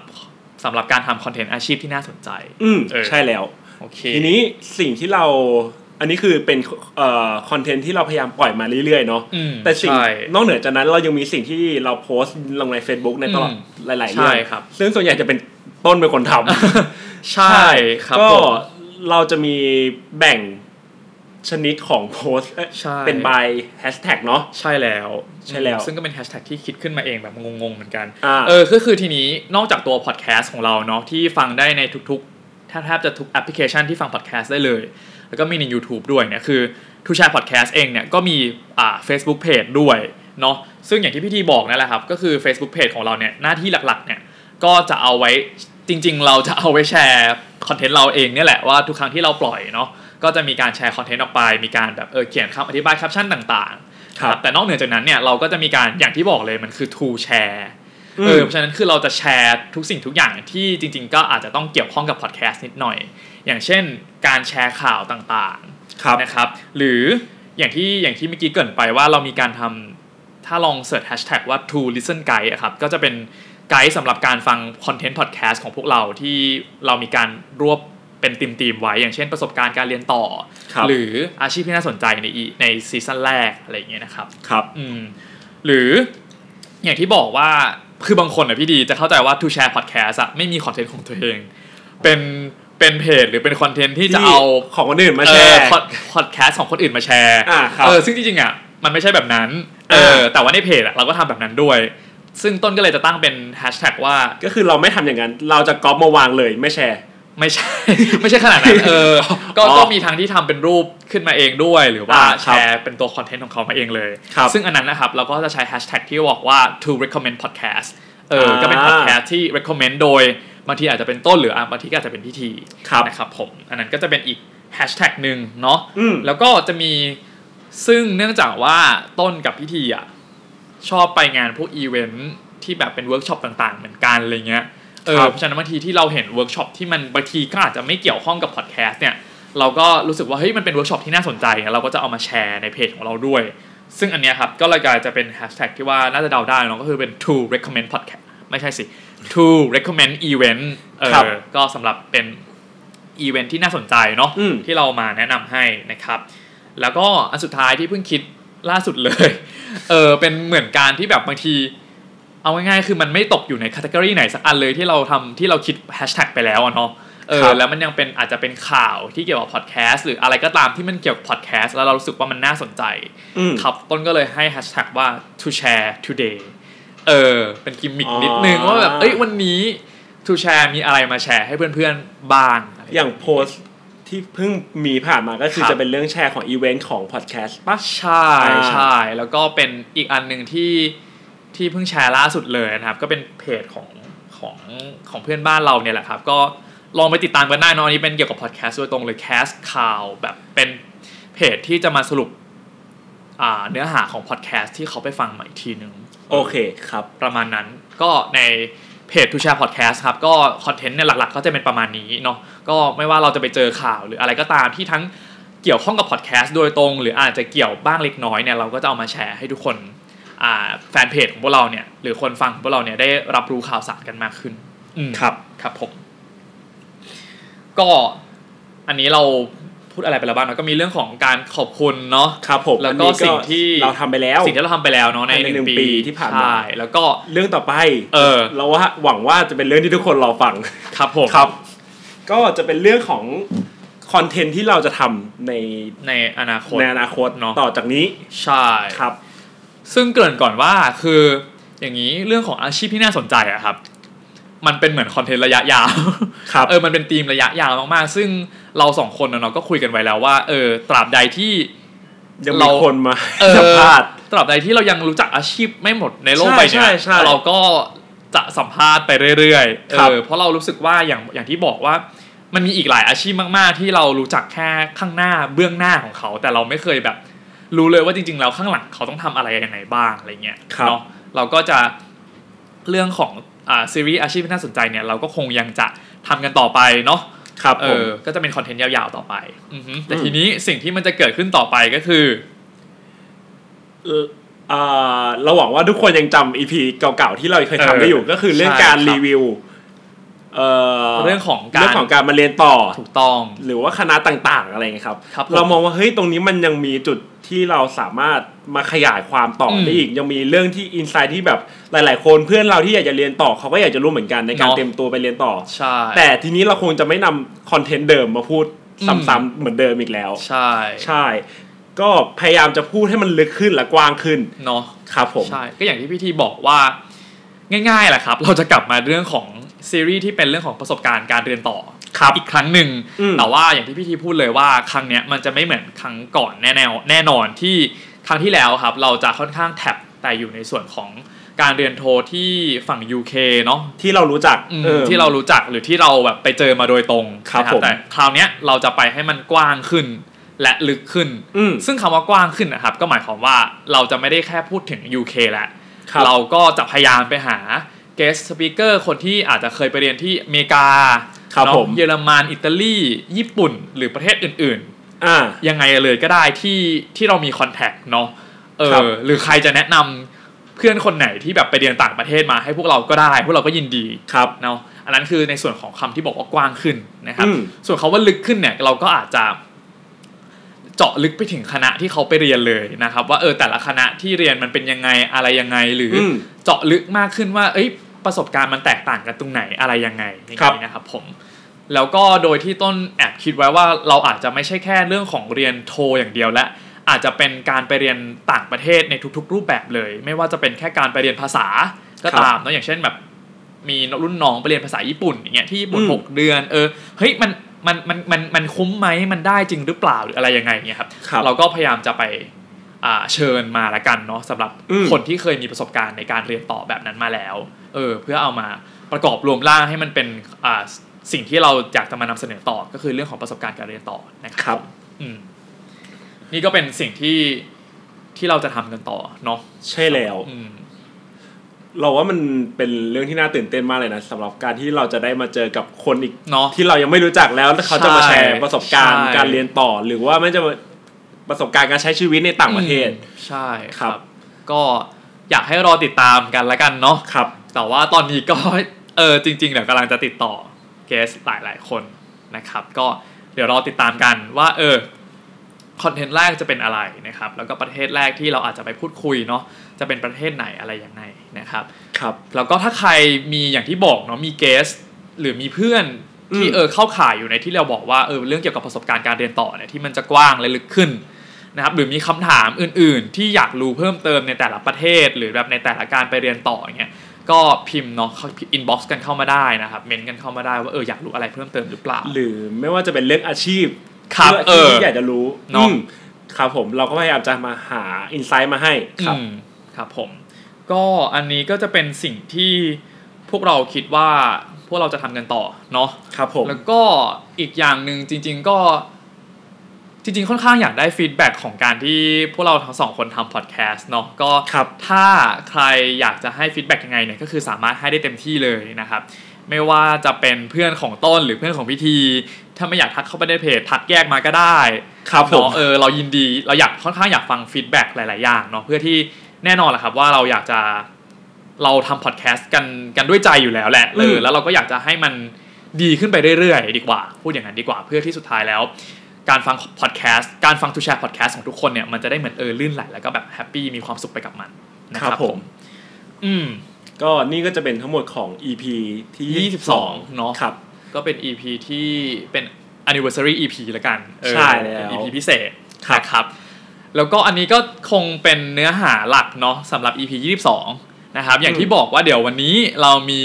สำหรับการทำคอนเทนต์อาชีพที่น่าสนใจ อืม เออ ใช่แล้ว โอเค ทีนี้สิ่งที่เราอันนี้คือเป็นเอ่อคอนเทนต์ที่เราพยายามปล่อยมาเรื่อยๆเนาะ อืม แต่สิ่ง ใช่ นอกเหนือจากนั้นเรายังมีสิ่งที่เราโพสต์ลงใน Facebook ในตลอด อืม หลายๆเรื่อง ใช่ครับ ซึ่งส่วนใหญ่จะเป็นต้นเป็นคนท ใช่ ำ ครับ ก็ ผม เราจะมีแบ่งชนิดของโพสต์เอ้ย ใช่ เป็นใบแฮชแท็กเนาะ ใช่แล้ว ใช่แล้ว ซึ่งก็เป็นแฮชแท็กที่คิดขึ้นมาเองแบบงงๆเหมือนกัน อ่า เออก็คือทีนี้นอกจากตัวพอดแคสต์ของเราเนาะที่ฟังได้ในทุกๆแทบจะทุกแอปพลิเคชันที่ฟังพอดแคสต์ได้เลย แล้วก็มีใน YouTube ด้วยเนี่ยคือทูชาพอดแคสต์เองเนี่ยก็มีอ่า Facebook Page ด้วย เนาะซึ่งอย่างที่พี่ทีบอกนั่นแหละครับ ก็คือ Facebook Page ของเราเนี่ยหน้าที่หลักๆเนี่ยก็จะเอาไว้จริง ๆ เราจะเอาไว้แชร์คอนเทนต์เราเองเนี่ยแหละว่าทุกครั้งที่เราปล่อยเนาะก็จะมีการแชร์คอนเทนต์ออกไป มีการแบบเออเขียนคำอธิบายแคปชั่นต่างๆ ครับ แต่นอกเหนือจากนั้นเนี่ยเราก็จะมีการอย่างที่บอกเลยมันคือ to share เออเพราะฉะนั้นคือเราจะแชร์ทุกสิ่งทุกอย่างที่จริง ๆ ก็อาจจะต้องเกี่ยวข้องกับพอดแคสต์นิดหน่อย อย่างเช่น การแชร์ข่าวต่างๆ ครับ นะครับหรืออย่างที่อย่างที่เมื่อกี้เกรินไปว่าเรามีการทำถ้าลองเสิร์ชแฮชแท็กว่า to listen guide อะครับก็จะเป็นไกด์สำหรับการฟังคอนเทนต์พอดแคสต์ของพวกเราที่เรามีการรวบเป็นทีมๆไว้ อย่างเช่นประสบการณ์การเรียนต่อ ครับ หรืออาชีพที่น่าสนใจใน E- ในซีซั่นแรกอะไรอย่างเงี้ยนะครับ ครับ อืมหรืออย่างที่บอกว่าคือบางคนอ่ะพี่ดีจะเข้าใจว่า to share podcast อะไม่มีคอนเทนต์ของตัวเอง เป็นเป็นเพจหรือเป็นคอนเทนต์ที่จะเอา ของคนอื่นมาแชร์ พอดแคสต์ของคนอื่นมาแชร์ อ่าครับ เออซึ่งจริงๆอ่ะมันไม่ใช่แบบนั้นเออ อ่า แต่ว่าในเพจอ่ะเราก็ทำแบบนั้นด้วย ซึ่งต้นก็เลยจะตั้งเป็นแฮชแท็กว่า ก็คือเราไม่ทำอย่างนั้น เราจะก๊อปมาวางเลยไม่แชร์ ไม่ใช่ ไม่ใช่ขนาดนั้นเออก็ อ๋อ ก็มีทางที่ทำเป็นรูปขึ้นมาเองด้วย หรือว่า อ่า แช ครับ ร์เป็นตัวคอนเทนต์ของเขามาเองเลย ครับ ซึ่งอันนั้นนะครับเราก็จะใช้แฮชแท็กที่บอกว่า to recommend podcast เออ อ่า ก็เป็นพอดแคสต์ที่ recommend โดยบางทีอาจจะเป็นต้นหรืออ่ะบางทีก็อาจจะเป็นพิธี ครับ นะครับผมอันนั้นก็จะเป็นอีกแฮชแท็กหนึ่งเนาะ อืม แล้วก็จะมีซึ่งเนื่องจากว่าต้นกับพิธีอ่ะชอบไปงานพวกอีเวนท์ที่แบบเป็นเวิร์กช็อปต่างๆ เหมือนกันอะไรเงี้ยเออเพราะฉะนั้นบางทีที่เราเห็นเวิร์กช็อปที่มันบางทีก็อาจจะไม่เกี่ยวข้องกับพอดแคสต์เนี่ยเราก็รู้สึกว่าเฮ้ยมันเป็นเวิร์กช็อปที่น่าสนใจเราก็จะเอามาแชร์ในเพจของเราด้วย ซึ่งอันเนี้ยครับก็เลยกลายจะเป็นแฮชแท็กที่ว่าน่าจะเดาได้เนาะก็คือเป็น to recommend podcast ไม่ใช่สิ to recommend event เอ ครับ อก็สำหรับเป็น อีเวนท์ที่น่าสนใจเนาะ อืม ที่เรามาแนะนำให้นะครับ แล้วก็อันสุดท้ายที่เพิ่งคิดล่าสุดเลย เออเป็นเหมือนการที่แบบบางที เอาง่ายๆคือมันไม่ตกอยู่ใน c a t e g o r y ไหนสักอันเลยที่เราทำที่เราคิดแฮชแท็กไปแล้วอะเนาะเอ ครั อบ แล้วมันยังเป็นอาจจะเป็นข่าวที่เกี่ยวกับพอดแคสต์หรืออะไรก็ตามที่มันเกี่ยวกับพอดแคสต์แล้วเรารู้สึกว่ามันน่าสนใจ อืม ครับต้นก็เลยให้แฮชแท็กว่า to share today เออ เป็นกิมมิคนิดนึง อ๋อ ว่าแบบ เอ้ย วันนี้ to share มีอะไรมาแชร์ให้เพื่อนๆ บ้างอะไร อย่างโพสต์ที่เพิ่งมีผ่านมาก็คือ ครับ จะเป็นเรื่องแชร์ของอีเวนต์ของพอดแคสต์ปะ ใช่ อ่า ใช่แล้วก็เป็นอีกอันหนึ่งที่ที่เพิ่งแชร์ล่าสุดเลยนะครับ ก็เป็นเพจของของของเพื่อนบ้านเราเนี่ยแหละครับ ก็ลองไปติดตามกันได้เนอะอันนี้เป็นเกี่ยวกับพอดแคสต์โดยตรงเลยแคสข่าวแบบเป็นเพจที่จะมาสรุปอ่าเนื้อหาของพอดแคสต์ที่เขาไปฟังมาอีกทีนึง โอเคครับ ประมาณนั้นก็ในเพจ To Share Podcast ครับ ก็คอนเทนต์เนี่ยหลักๆ ก็จะเป็นประมาณนี้เนาะก็ไม่ว่าเราจะไปเจอข่าวหรืออะไรก็ตามที่ทั้งเกี่ยวข้องกับพอดแคสต์โดยตรง หรืออาจจะเกี่ยวบ้างเล็กน้อยเนี่ยเราก็จะเอามาแชร์ให้ทุกคนอ่าแฟนเพจของพวกเราเนี่ยหรือคนฟังของพวกเราเนี่ยได้รับรู้ข่าวสารกันมากขึ้นอืม ครับ ครับผม ก็อันนี้เราพูดอะไรไปแล้วบ้างเนอะก็มีเรื่องของการขอบคุณเนาะ ครับผม แล้วก็ อันนี้ สิ่งที่ เราทำไปแล้ว สิ่งที่เราทำไปแล้วเนาะใน ใน ห หนึ่ นึ่ง งปี ปี ที่ผ่านมา ใช่แล้วก็ เรื่องต่อไป เออ เราว่าหวังว่าจะเป็นเรื่องที่ทุกคนรอฟัง ครับผม ครับ ก็จะเป็นเรื่องของคอนเทนต์ที่เราจะทำใน ในอนาคต ในอนาคต เนอะ ต่อจากนี้ ใช่ ครับ ซึ่งเกริ่นก่อนว่าคืออย่างนี้เรื่องของอาชีพที่น่าสนใจอะครับ มันเป็นเหมือนคอนเทนต์ระยะยาว ครับ เออมันเป็นธีมระยะยาวมากๆ ซึ่งเราสองคนน่ะเนาะก็คุยกันไว้แล้วว่าเออตราบใดที่ ยังมี เรา คนมา เออ สัมภาษณ์ ตราบใดที่เรายังรู้จักอาชีพไม่หมดในโลก ใช่ ใบเนี้ย ใช่ใช่ เราก็จะสัมภาษณ์ไปเรื่อยๆเอ ครับ อเพราะเรารู้สึกว่าอย่างอย่างที่บอกว่า มันมีอีกหลายอาชีพมาก ๆ ที่เรารู้จักแค่ข้างหน้าเบื้องหน้าของเขา แต่เราไม่เคยแบบ รู้เลยว่าจริง ๆ แล้วข้างหลังเขาต้องทำอะไรยังไงบ้างอะไรเงี้ย ครับ เนาะเราก็จะเรื่องของอ่าซีรีส์อาชีพที่น่าสนใจเนี่ยเราก็คงยังจะทำกันต่อไปเนาะ ครับ เอ ผม อ ก็จะเป็นคอนเทนต์ยาวๆต่อไปอือฮึแต่ อืม ทีนี้สิ่งที่มันจะเกิดขึ้นต่อไปก็คือ เอ่อเอ่อเราหวังว่าทุกคนยังจำอีพีเก่าๆที่เราเคยทำได้อยู่ เออ ก็คือเรื่อง ใช่ กาครรับ รีวิวเอ่อ เรื่องของการ เรื่องของการมาเรียนต่อ ถูกต้อง หรือว่าคณะต่างๆอะไรเงี้ยครับ ครับผม เรามองว่าเฮ้ยตรงนี้มันยังมีจุดที่เราสามารถมาขยายความต่ออ ม ได้อีก ยังมีเรื่องที่อินไซต์ที่แบบหลาย ๆ คนเพื่อนเราที่อยากจะเรียนต่อเขาก็อยากจะรู้เหมือนกันในการ เนาะ เตรียมตัวไปเรียนต่อ ใช่ แต่ทีนี้เราคงจะไม่นำคอนเทนต์เดิมมาพูดซ้ำๆเหมือนเดิมอีกแล้ว ใช่ ใช่ ก็พยายามจะพูดให้มันลึกขึ้นและกว้างขึ้น เนาะ ครับผม ใช่ ก็อย่างที่พี่ทีบอกว่าง่ายๆแหละครับ เราจะกลับมาเรื่องของซีรีส์ที่เป็นเรื่องของประสบการณ์การเรียนต่อ ครับ อีกครั้งหนึ่ง อืม แต่ว่าอย่างที่พี่ทีพูดเลยว่าครั้งเนี้ยมันจะไม่เหมือนครั้งก่อนแน่แน่แน่นอนที่ครั้งที่แล้วครับ เราจะค่อนข้างแท็บ แต่อยู่ในส่วนของการเรียนโทที่ฝั่ง UK เนาะ ที่เรารู้จัก อืม ออ ที่เรารู้จักหรือที่เราแบบไปเจอมาโดยตรง ครับ นะ ผม แต่คราวเนี้ยเราจะไปให้มันกว้างขึ้นและลึกขึ้น อืม ซึ่งคำว่ากว้างขึ้นนะครับ ก็หมายความว่าเราจะไม่ได้แค่พูดถึง UK แล้ว ครับ เราก็จะพยายามไปหา guest speaker คนที่อาจจะเคยไปเรียนที่อเมริกา ครับ เนาะ ผม เยอรมันอิตาลีญี่ปุ่น หรือประเทศอื่น ๆ อ่า ยังไงเลยก็ได้ที่ที่เรามีคอนแทคเนาะเอ ครั อบ หรือใครจะแนะนำเพื่อนคนไหนที่แบบไปเรียนต่างประเทศมาให้พวกเราก็ได้ พวกเราก็ยินดี ครับ เนาะอันนั้นคือในส่วนของคำที่บอกว่ากว้างขึ้นนะครับ อืม ส่วนคาว่าลึกขึ้นเนี่ยเราก็อาจจะเจาะลึกไปถึงคณะที่เขาไปเรียนเลยนะครับ ว่าเออแต่ละคณะที่เรียนมันเป็นยังไงอะไรยังไงหรือ อืม เจาะลึกมากขึ้นว่า เอ้ย ประสบการณ์มันแตกต่างกันตรงไหนอะไรยังไงอย่าง ครับ นี้นะครับผม แล้วก็โดยที่ต้นแอบคิดไว้ว่าเราอาจจะไม่ใช่แค่เรื่องของเรียนโทอย่างเดียวและ อาจจะเป็นการไปเรียนต่างประเทศในทุกๆ รูปแบบเลย ไม่ว่าจะเป็นแค่การไปเรียนภาษาก็ ครับ ตามเนอะอย่างเช่นแบบมีรุ่นน้องไปเรียนภาษาญี่ปุ่นอย่างเงี้ยที่ญี่ปุ่น อืม หกเดือน เออเฮ้ยมันมันมันมันมันคุ้มไหมมันได้จริงหรือเปล่าหรืออะไรยังไงอย่างเงี้ยครับ ครับ เราก็พยายามจะไปอ่าเชิญมาละกันเนาะสำหรับ อืม คนที่เคยมีประสบการณ์ในการเรียนต่อแบบนั้นมาแล้ว เออ เพื่อเอามาประกอบรวมร่างให้มันเป็นอ่าสิ่งที่เราอยากจะมานำเสนอต่อก็คือเรื่องของประสบการณ์การเรียนต่อนะค ครับ รับ อืมนี่ก็เป็นสิ่งที่ที่เราจะทำกันต่อเนาะ ใช่แล้ว อืม เราว่ามันเป็นเรื่องที่น่าตื่นเต้นมากเลยนะสำหรับการที่เราจะได้มาเจอกับคนอีก เนาะ ที่เรายังไม่รู้จักแล้วเขาจะมา ใช่ แชร์ประสบการณ์ ใช่ การเรียนต่อ หรือว่าไม่จะมาประสบการณ์การใช้ชีวิตในต่างประเทศ อืมใช่ค ครั รับ บ ก็อยากให้รอติดตามกันละกันเนาะ ครับ แต่ว่าตอนนี้ก็ เออจริงๆเดี๋ยวกำลังจะติดต่อเกสหลายๆคนนะครับ ก็เดี๋ยวรอติดตามกันว่า เออคอนเทนต์แรกจะเป็นอะไรนะครับ แล้วก็ประเทศแรกที่เราอาจจะไปพูดคุยเนาะจะเป็นประเทศไหนอะไรยังไงนะครับ ครับ แล้วก็ถ้าใครมีอย่างที่บอกเนาะมีเกสหรือมีเพื่อนที่ อืม เออเข้าข่ายอยู่ในที่เราบอกว่าเออเรื่องเกี่ยวกับประสบการณ์การเรียนต่อเนี่ยที่มันจะกว้างและลึกขึ้นนะครับหรือมีคำถามอื่นๆ ที่อยากรู้เพิ่มเติมในแต่ละประเทศ หรือแบบในแต่ละการไปเรียนต่ออย่างเงี้ยก็พิมพ์เนาะอินบ็อกซ์กันเข้ามาได้นะครับเมนต์กันเข้ามาได้ว่าเอออยากรู้อะไรเพิ่มเติมหรือเปล่า หรือไม่ว่าจะเป็นเรื่องอาชีพ ครับ เรื่อเองอาชีพ อ ที่อยากจะรู้ เนอะ อืมครับผมเราก็พยายามจะมาหาอินไซต์มาให้ครับ อืมครับผม ก็อันนี้ก็จะเป็นสิ่งที่พวกเราคิดว่าพวกเราจะทำกันต่อเนาะ ครับผม แล้วก็อีกอย่างหนึ่งจริง ๆก็จริง ๆ ค่อนข้างอยากได้ฟีดแบ็กของการที่พวกเราทั้งสองคนทำพอดแคสต์เนาะก็ ครับ ถ้าใครอยากจะให้ฟีดแบ็กยังไงเนี่ยก็คือสามารถให้ได้เต็มที่เลยนะครับ ไม่ว่าจะเป็นเพื่อนของต้นหรือเพื่อนของพิธี ถ้าไม่อยากทักเข้าไปในเพจทักแยกมาก็ได้ ครับผม เนาะเออเรายินดีเราอยากค่อนข้างอยากฟังฟีดแบ็กหลาย ๆ อย่างเนาะเพื่อที่แน่นอนแหละครับว่าเราอยากจะ เราทำพอดแคสต์กันกันด้วยใจอยู่แล้วแหละเอ อื อ ม แล้วเราก็อยากจะให้มันดีขึ้นไปเรื่อยๆ ดีกว่า พูดอย่างนั้นดีกว่าเพื่อที่สุดท้ายแล้ว การฟังพอดแคสต์การฟังทูแชร์พอดแคสต์ของทุกคนเนี่ยมันจะได้เหมือนเออลื่นไหลแล้วก็แบบแฮปปี้มีความสุขไปกับมันนะ ค ค รั รั บบ ผ ผม ม อืม ก็นี่ก็จะเป็นทั้งหมดของ EP ที่ 22เนอะ ครับ ก็เป็น EP ที่เป็น anniversary EP ละกันเออ ใช่แล้ว เป็น EP พิเศษ ครับ นะครับ แล้วก็อันนี้ก็คงเป็นเนื้อหาหลักเนาะสำหรับ EP 22 นะครับ อย่างที่บอกว่าเดี๋ยววันนี้เรามี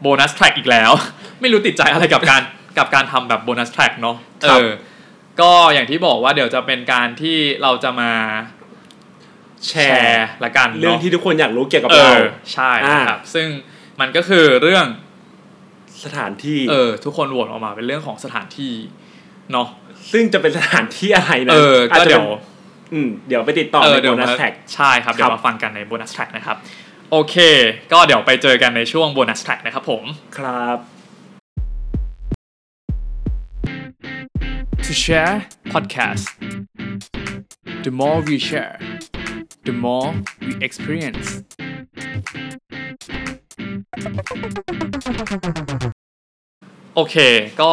โบนัสแทร็กอีกแล้ว ไม่รู้ติดใจอะไรกับการ กับการทำแบบโบนัสแทร็กเนาะเอ ครับ อ ก็อย่างที่บอกว่าเดี๋ยวจะเป็นการที่เราจะมา แช แช ร์ ร์ละกัน เรื่อง นาะ ที่ทุกคนอยากรู้เกี่ยวกับ เอ เรา อใช่นะครับ ซึ่งมันก็คือเรื่อง สถานที่ เออ ทุกคนโหวตออกมาเป็นเรื่องของสถานที่เนาะ ซึ่งจะเป็นสถานที่อะไรนะ เออ ก็ าจจะ เดี๋ยว ป็นอืมเดี๋ยวไปติดต่อ เออ ใน เดี๋ โบ ยว นัส มา แท็ก ใช่ครับ เดี๋ยวมาฟังกันในโบนัสแท็กนะครับ โอเค ก็เดี๋ยวไปเจอกันในช่วงโบนัสแท็กนะครับผม ครับ To share podcast the more we share the more we experienceโอเค ก็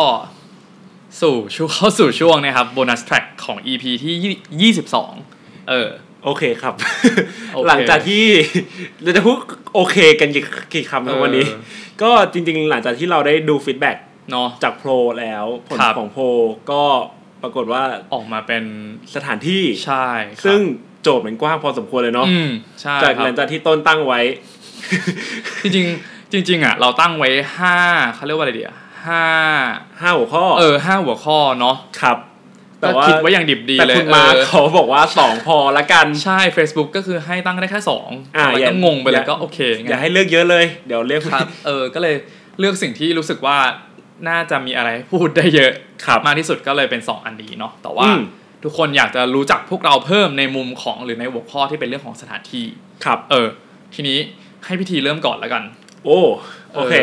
สู่ช่วงเข้ าสู่ช่วงนะครับโบนัสแทร็กของ EP ที่ 22 เออ โอเคครับ โอเค หลังจากที่ เราจะพูดโอเคกันกี่กี่คำครับวันนี้ เออ ก็จริงๆ หลังจากที่เราได้ดูฟีดแบ็ก เนาะ จากโพลแล้ว ผล ครับ ของโพลก็ปรากฏว่า ออกมาเป็น สถานที่ ใช่ครับ ซึ่งโจทย์มันกว้างพอสมควรเลยเนาะ อืมใช่ จาก ครั หลั บ งจากที่ต้นตั้งไว้ จริงๆจริงๆอ่ะเราตั้งไว้ห้าเขาเรียกว่าอะไรดีอ่ะห้า ห้าหัวข้อ เออห้าหัวข้อเนาะ ครับ แต่ ก็ ว่า คิดไว้อย่างดิบดี แต่ เลย คุณมาร์ค เออ เขาบอกว่าสองพอละกัน ใช่ Facebook ก็คือให้ตั้งได้แค่สอง อ่า แล้ว อย่า ก็งงไปเล อย่า ยก็โอเค อ งั้น ย่าให้เลือกเยอะเลย เดี๋ยวเรียก ครับ เออ ก็เลยเลือกสิ่งที่รู้สึกว่าน่าจะมีอะไรพูดได้เยอะ ครับ มากที่สุดก็เลยเป็น 2 อันนี้เนาะ แต่ว่า อืม ทุกคนอยากจะรู้จักพวกเราเพิ่มในมุมของหรือในหัวข้อที่เป็นเรื่องของสถานที่ ครับ เออ ทีนี้ให้พิธีเริ่มก่อนแล้วกัน โอ้โอเค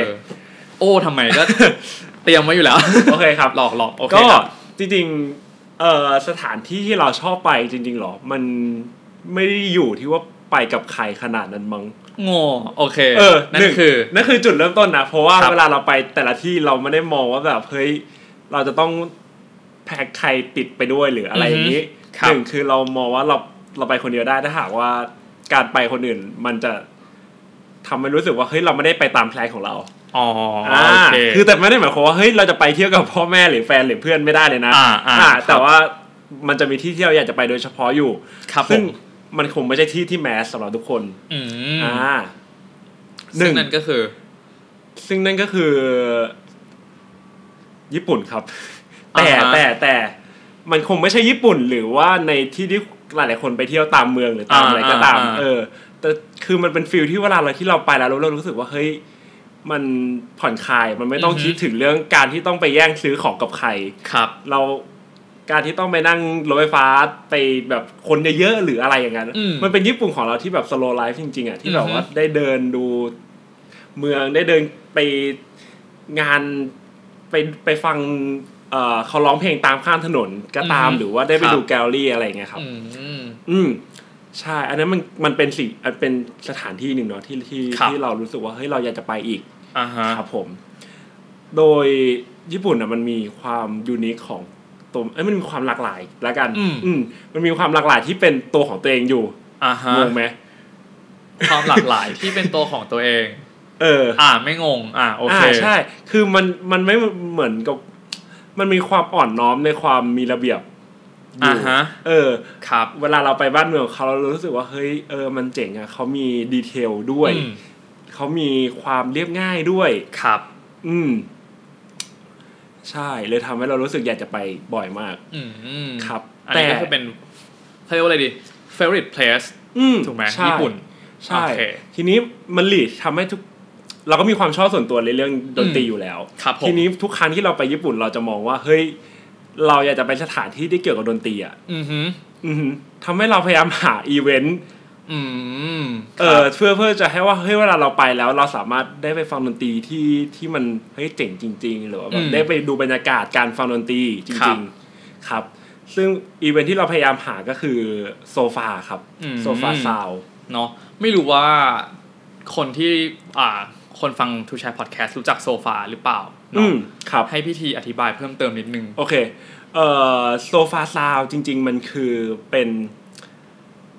โอ้ทำไมก็ เตรียมไว้อยู่แล้ว โอเคครับ หลอกหลอกโอเค ก็ ครับ จริงๆเอ่อสถานที่ที่เราชอบไปจริงๆหรอ มันไม่ได้อยู่ที่ว่าไปกับใครขนาดนั้นมั้ง โง่โอเค เออ นั่ ห น ง คือ นั่นคือจุดเริ่มต้นนะ เพราะว่า ครับ เวลาเราไปแต่ละที่เราไม่ได้มองว่าแบบเฮ้ยเราจะต้องแพ็คใครติดไปด้วยหรืออะไรอย่างนี้ ครั ห บ นึ่งคือเรามองว่าเราเราไปคนเดียวได้ถ้าหากว่าการไปคนอื่นมันจะทำให้รู้สึกว่าเฮ้ยเราไม่ได้ไปตามแพลนของเรา อ๋ออา โอเค คือแต่ไม่ได้หมายความว่าเฮ้ยเราจะไปเที่ยวกับพ่อแม่หรือแฟนหรือเพื่อนไม่ได้เลยนะ อ่าอ่า อ่าแต่ว่ามันจะมีที่ที่เราอยากจะไปโดยเฉพาะอยู่ ครับผ ซึ่ง ม มันคงไม่ใช่ที่ที่แมสสำหรับทุกคน อืม อ่าห ซึ่ นึ่ ง ง นั่นก็คือ ซึ่งนั่นก็คือ ญี่ปุ่นครับ แต่ อ่าฮะ แต่แต่มันคงไม่ใช่ญี่ปุ่น หรือว่าในที่ที่หลายๆคนไปเที่ยวตามเมืองหรือตาม อ่า อะไรก็ตาม อ่าอ่า เออ แต่คือมันเป็นฟิลที่เวลาเราที่เราไปแล้วเราเรารู้สึกว่าเฮ้ยมันผ่อนคลายมันไม่ต้องคิดถึงเรื่องการที่ต้องไปแย่งซื้อของกับใคร ครับ เราการที่ต้องไปนั่งรถไฟฟ้าไปแบบคนเยอะๆหรืออะไรอย่างนั้น อืม มันเป็นญี่ปุ่นของเราที่แบบ slow life จริงๆอ่ะที่แบบ อือฮึ ว่าได้เดินดูเมืองได้เดินไปงานไปไปฟังเอ่อเขาร้องเพลงตามข้างถนนก็ตามหรือว่าได้ไปดูแกลเลอรี่อะไรอย่างเงี้ยครับ อืม อืมใช่ อันนั้นมันมันเป็นสิ่งอันเป็นสถานที่หนึ่งเนาะที่ที่ ครับ ที่เรารู้สึกว่าเฮ้ยเราอยากจะไปอีก อ่าฮะ ครับผม โดยญี่ปุ่นอ่ะมันมีความยูนิคของตัวเอ้ยมันมีความหลากหลายละกัน อืม มมันมีความหลากหลายที่เป็นตัวของตัวเองอยู่ อ่าฮะ งงไหม ความหลากหลายที่เป็นตัวของตัวเอง เออ อ่าไม่งง อ่าโอเค ใช่ คือมันมันไม่เหมือนกับ มันมีความอ่อนน้อมในความมีระเบียบยู่ อ่าฮะ เออ ครับ เวลาเราไปบ้านเมืองเขาเรารู้สึกว่าเฮ้ยเออมันเจ๋งอ่ะเขามีดีเทลด้วย อืม เขามีความเรียบง่ายด้วย ครับ อืม ใช่เลยทำให้เรารู้สึกอยากจะไปบ่อยมาก อืม ครับ อันนี้ก็คือเป็นเขาเรียกว่าอะไรดี favorite place อืม ถูกไหม ใช่ ญี่ปุ่นโอใช่เค ทีนี้มันหลีดทำให้ทุก เราก็มีความชอบส่วนตัวในเรื่องดนตรี อืม อยู่แล้ว ครับผม ทีนี้ทุกครั้งที่เราไปญี่ปุ่นเราจะมองว่า เฮ้ย เราอยากจะไปสถานที่ที่เกี่ยวกับดนตรีอ่ะ อือหือ อือหือทำให้เราพยายามหาอีเวนต์ อืม เออเพื่อเพื่อจะให้ว่าเฮ้ยเวลาเราไปแล้ว เราสามารถได้ไปฟังดนตรีที่ที่มันเฮ้ยเจ๋งจริง ๆ หรือว่าแบบได้ไปดูบรรยากาศการฟังดนตรีจริงๆครับ ซึ่งอีเวนท์ที่เราพยายามหาก็คือโซฟาครับ อืม โซฟาซาวด์ เนาะไม่รู้ว่าคนที่อ่า คนฟังทูชายพอดแคสต์รู้จักโซฟาหรือเปล่า อื เนาะ มครับ ให้พิธีอธิบายเพิ่มเติมนิดนึง โอเคเอ่อโซฟาซาวจริง ๆ มันคือเป็น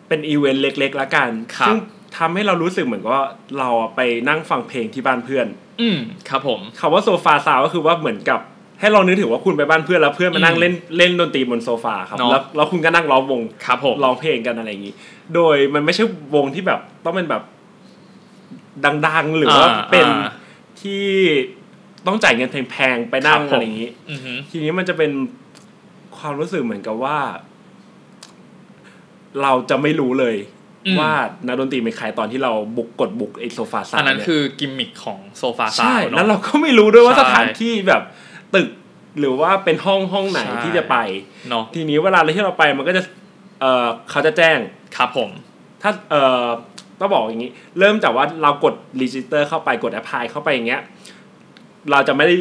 เป็นอีเวนต์เล็ก ๆ ละกัน ครับ ซึ่งทำให้เรารู้สึกเหมือนกับว่าเราไปนั่งฟังเพลงที่บ้านเพื่อน อืมครับผม คำว่าโซฟาซาวก็คือว่าเหมือนกับ ให้เรานึกถึงว่าคุณไปบ้านเพื่อนแล้วเพื่อนมานั่งเล่นเล่นดนตรีบนโซฟาครับ เนาะ แล้วแล้วคุณก็นั่งร้องวง ครับผม ร้องเพลงกันอะไรอย่างนี้ โดยมันไม่ใช่วงที่แบบต้องเป็นแบบดังๆ หรือว่า อ่า เป็น อ่า ที่ต้องจ่ายเงินแพงๆไปนั่งอะไรอย่างนี้ อือหือ ทีนี้มันจะเป็นความรู้สึกเหมือนกับว่า เราจะไม่รู้เลย อืม ว่านักดนตรีเป็นใครตอนที่เราบุกกดบุกไอโซฟาซาว อันนั้น เย คือกิมมิคของโซฟาซา ใช่ วน์เนอะ แล้วเราก็ไม่รู้ด้วยว่า ใช่ สถานที่แบบตึกหรือว่าเป็นห้องห้องไหน ใช่ ที่จะไป เนาะ ทีนี้เวลาที่เราไปมันก็จะ เออเขาจะแจ้ง ครับผม ถ้าเออต้องบอกอย่างนี้ เริ่มจากว่าเรากดรีจิสเตอร์เข้าไปกดแอพพลายเข้าไปอย่างเงี้ย เราจะไม่ได้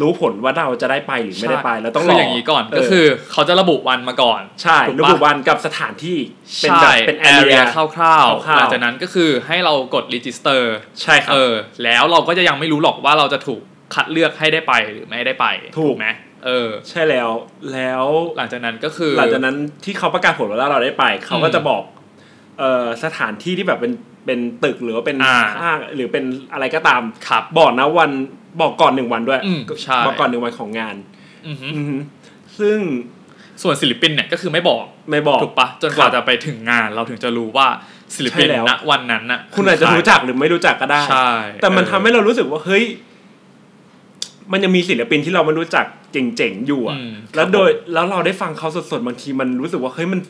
รู้ผลว่าเราจะได้ไปหรือไม่ได้ไปเราต้องรอ คื อ อย่างนี้ก่อน เ ก็คือเขาจะระบุวันมาก่อน ใช่ ถูกปะ ระบุวันกับสถานที่เป็น ใช่ แบบเป็นแอเรีย คร่าว คร่าว ๆ ๆ หลังจากนั้นก็คือให้เรากด register ใช่ครับ เออ แล้วเราก็จะยังไม่รู้หรอกว่าเราจะถูกคัดเลือกให้ได้ไปหรือไม่ได้ไป ถูก ไหมเออ ใช่แล้วแล้ว หลังจากนั้นก็คือ หลังจากนั้นที่เขาประกาศผลว่าเราได้ไป เขาก็ อืม จะบอกเออสถานที่ที่แบบเป็นเป็นตึกหรือว่าเป็น อ่า ห้างหรือเป็นอะไรก็ตาม ครับ บอกนะวันบอกก่อนหนึ่งวันด้วย อืมใช่ บอกก่อนหนึ่งวันของงาน อือหือ อือฮึซึ่ง ส่วนศิลปินเนี่ยก็คือไม่บอก ไม่บอก ถูกปะจนกว่า ครับ จะไปถึงงานเราถึงจะรู้ว่าศิลปิน ใช่แล้ว ณวันนั้นน่ะ คุณอาจจะรู้จักหรือไม่รู้จักก็ได้ ใช่ แต่มัน เออ ทำให้เรารู้สึกว่าเฮ้ย มันยังมีศิลปินที่เราไม่รู้จักเจ๋งๆอยู่อะ อืม แล้ว ครับ โดยแล้วเราได้ฟังเขาสดๆบางทีมันรู้สึกว่าเฮ้ยมัน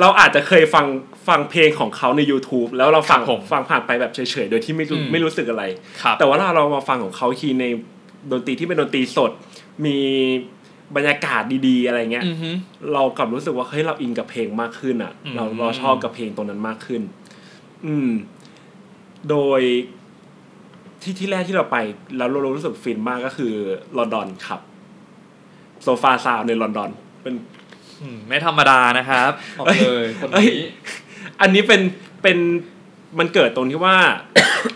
เราอาจจะเคยฟังฟังเพลงของเขาใน YouTube แล้วเราฟัคงรับผม ฟังผ่านไปแบบเฉยๆโดยที่ไม่รู้ อืม ไม่รู้สึกอะไร ครับ แต่ว่าเราเรามาฟังของเขาทีในดนตรีที่เป็นดนตรีสด มีบรรยากาศดีๆอะไรเงี้ย อือฮึ เรากลับรู้สึกว่าเฮ้ยเราอินกับเพลงมากขึ้นอ่ะ อืม เราเราชอบกับเพลงตรงนั้นมากขึ้น อืม โดยที่ที่แรกที่เราไป แล้วเรารู้สึกฟินมากก็คือลอนดอนครับโซฟาซาวในลอนดอน เป็น อืมไม่ธรรมดานะครับบอกเลยคน เอ้ย นี้ อันนี้เป็นเป็นมันเกิดตรงที่ว่า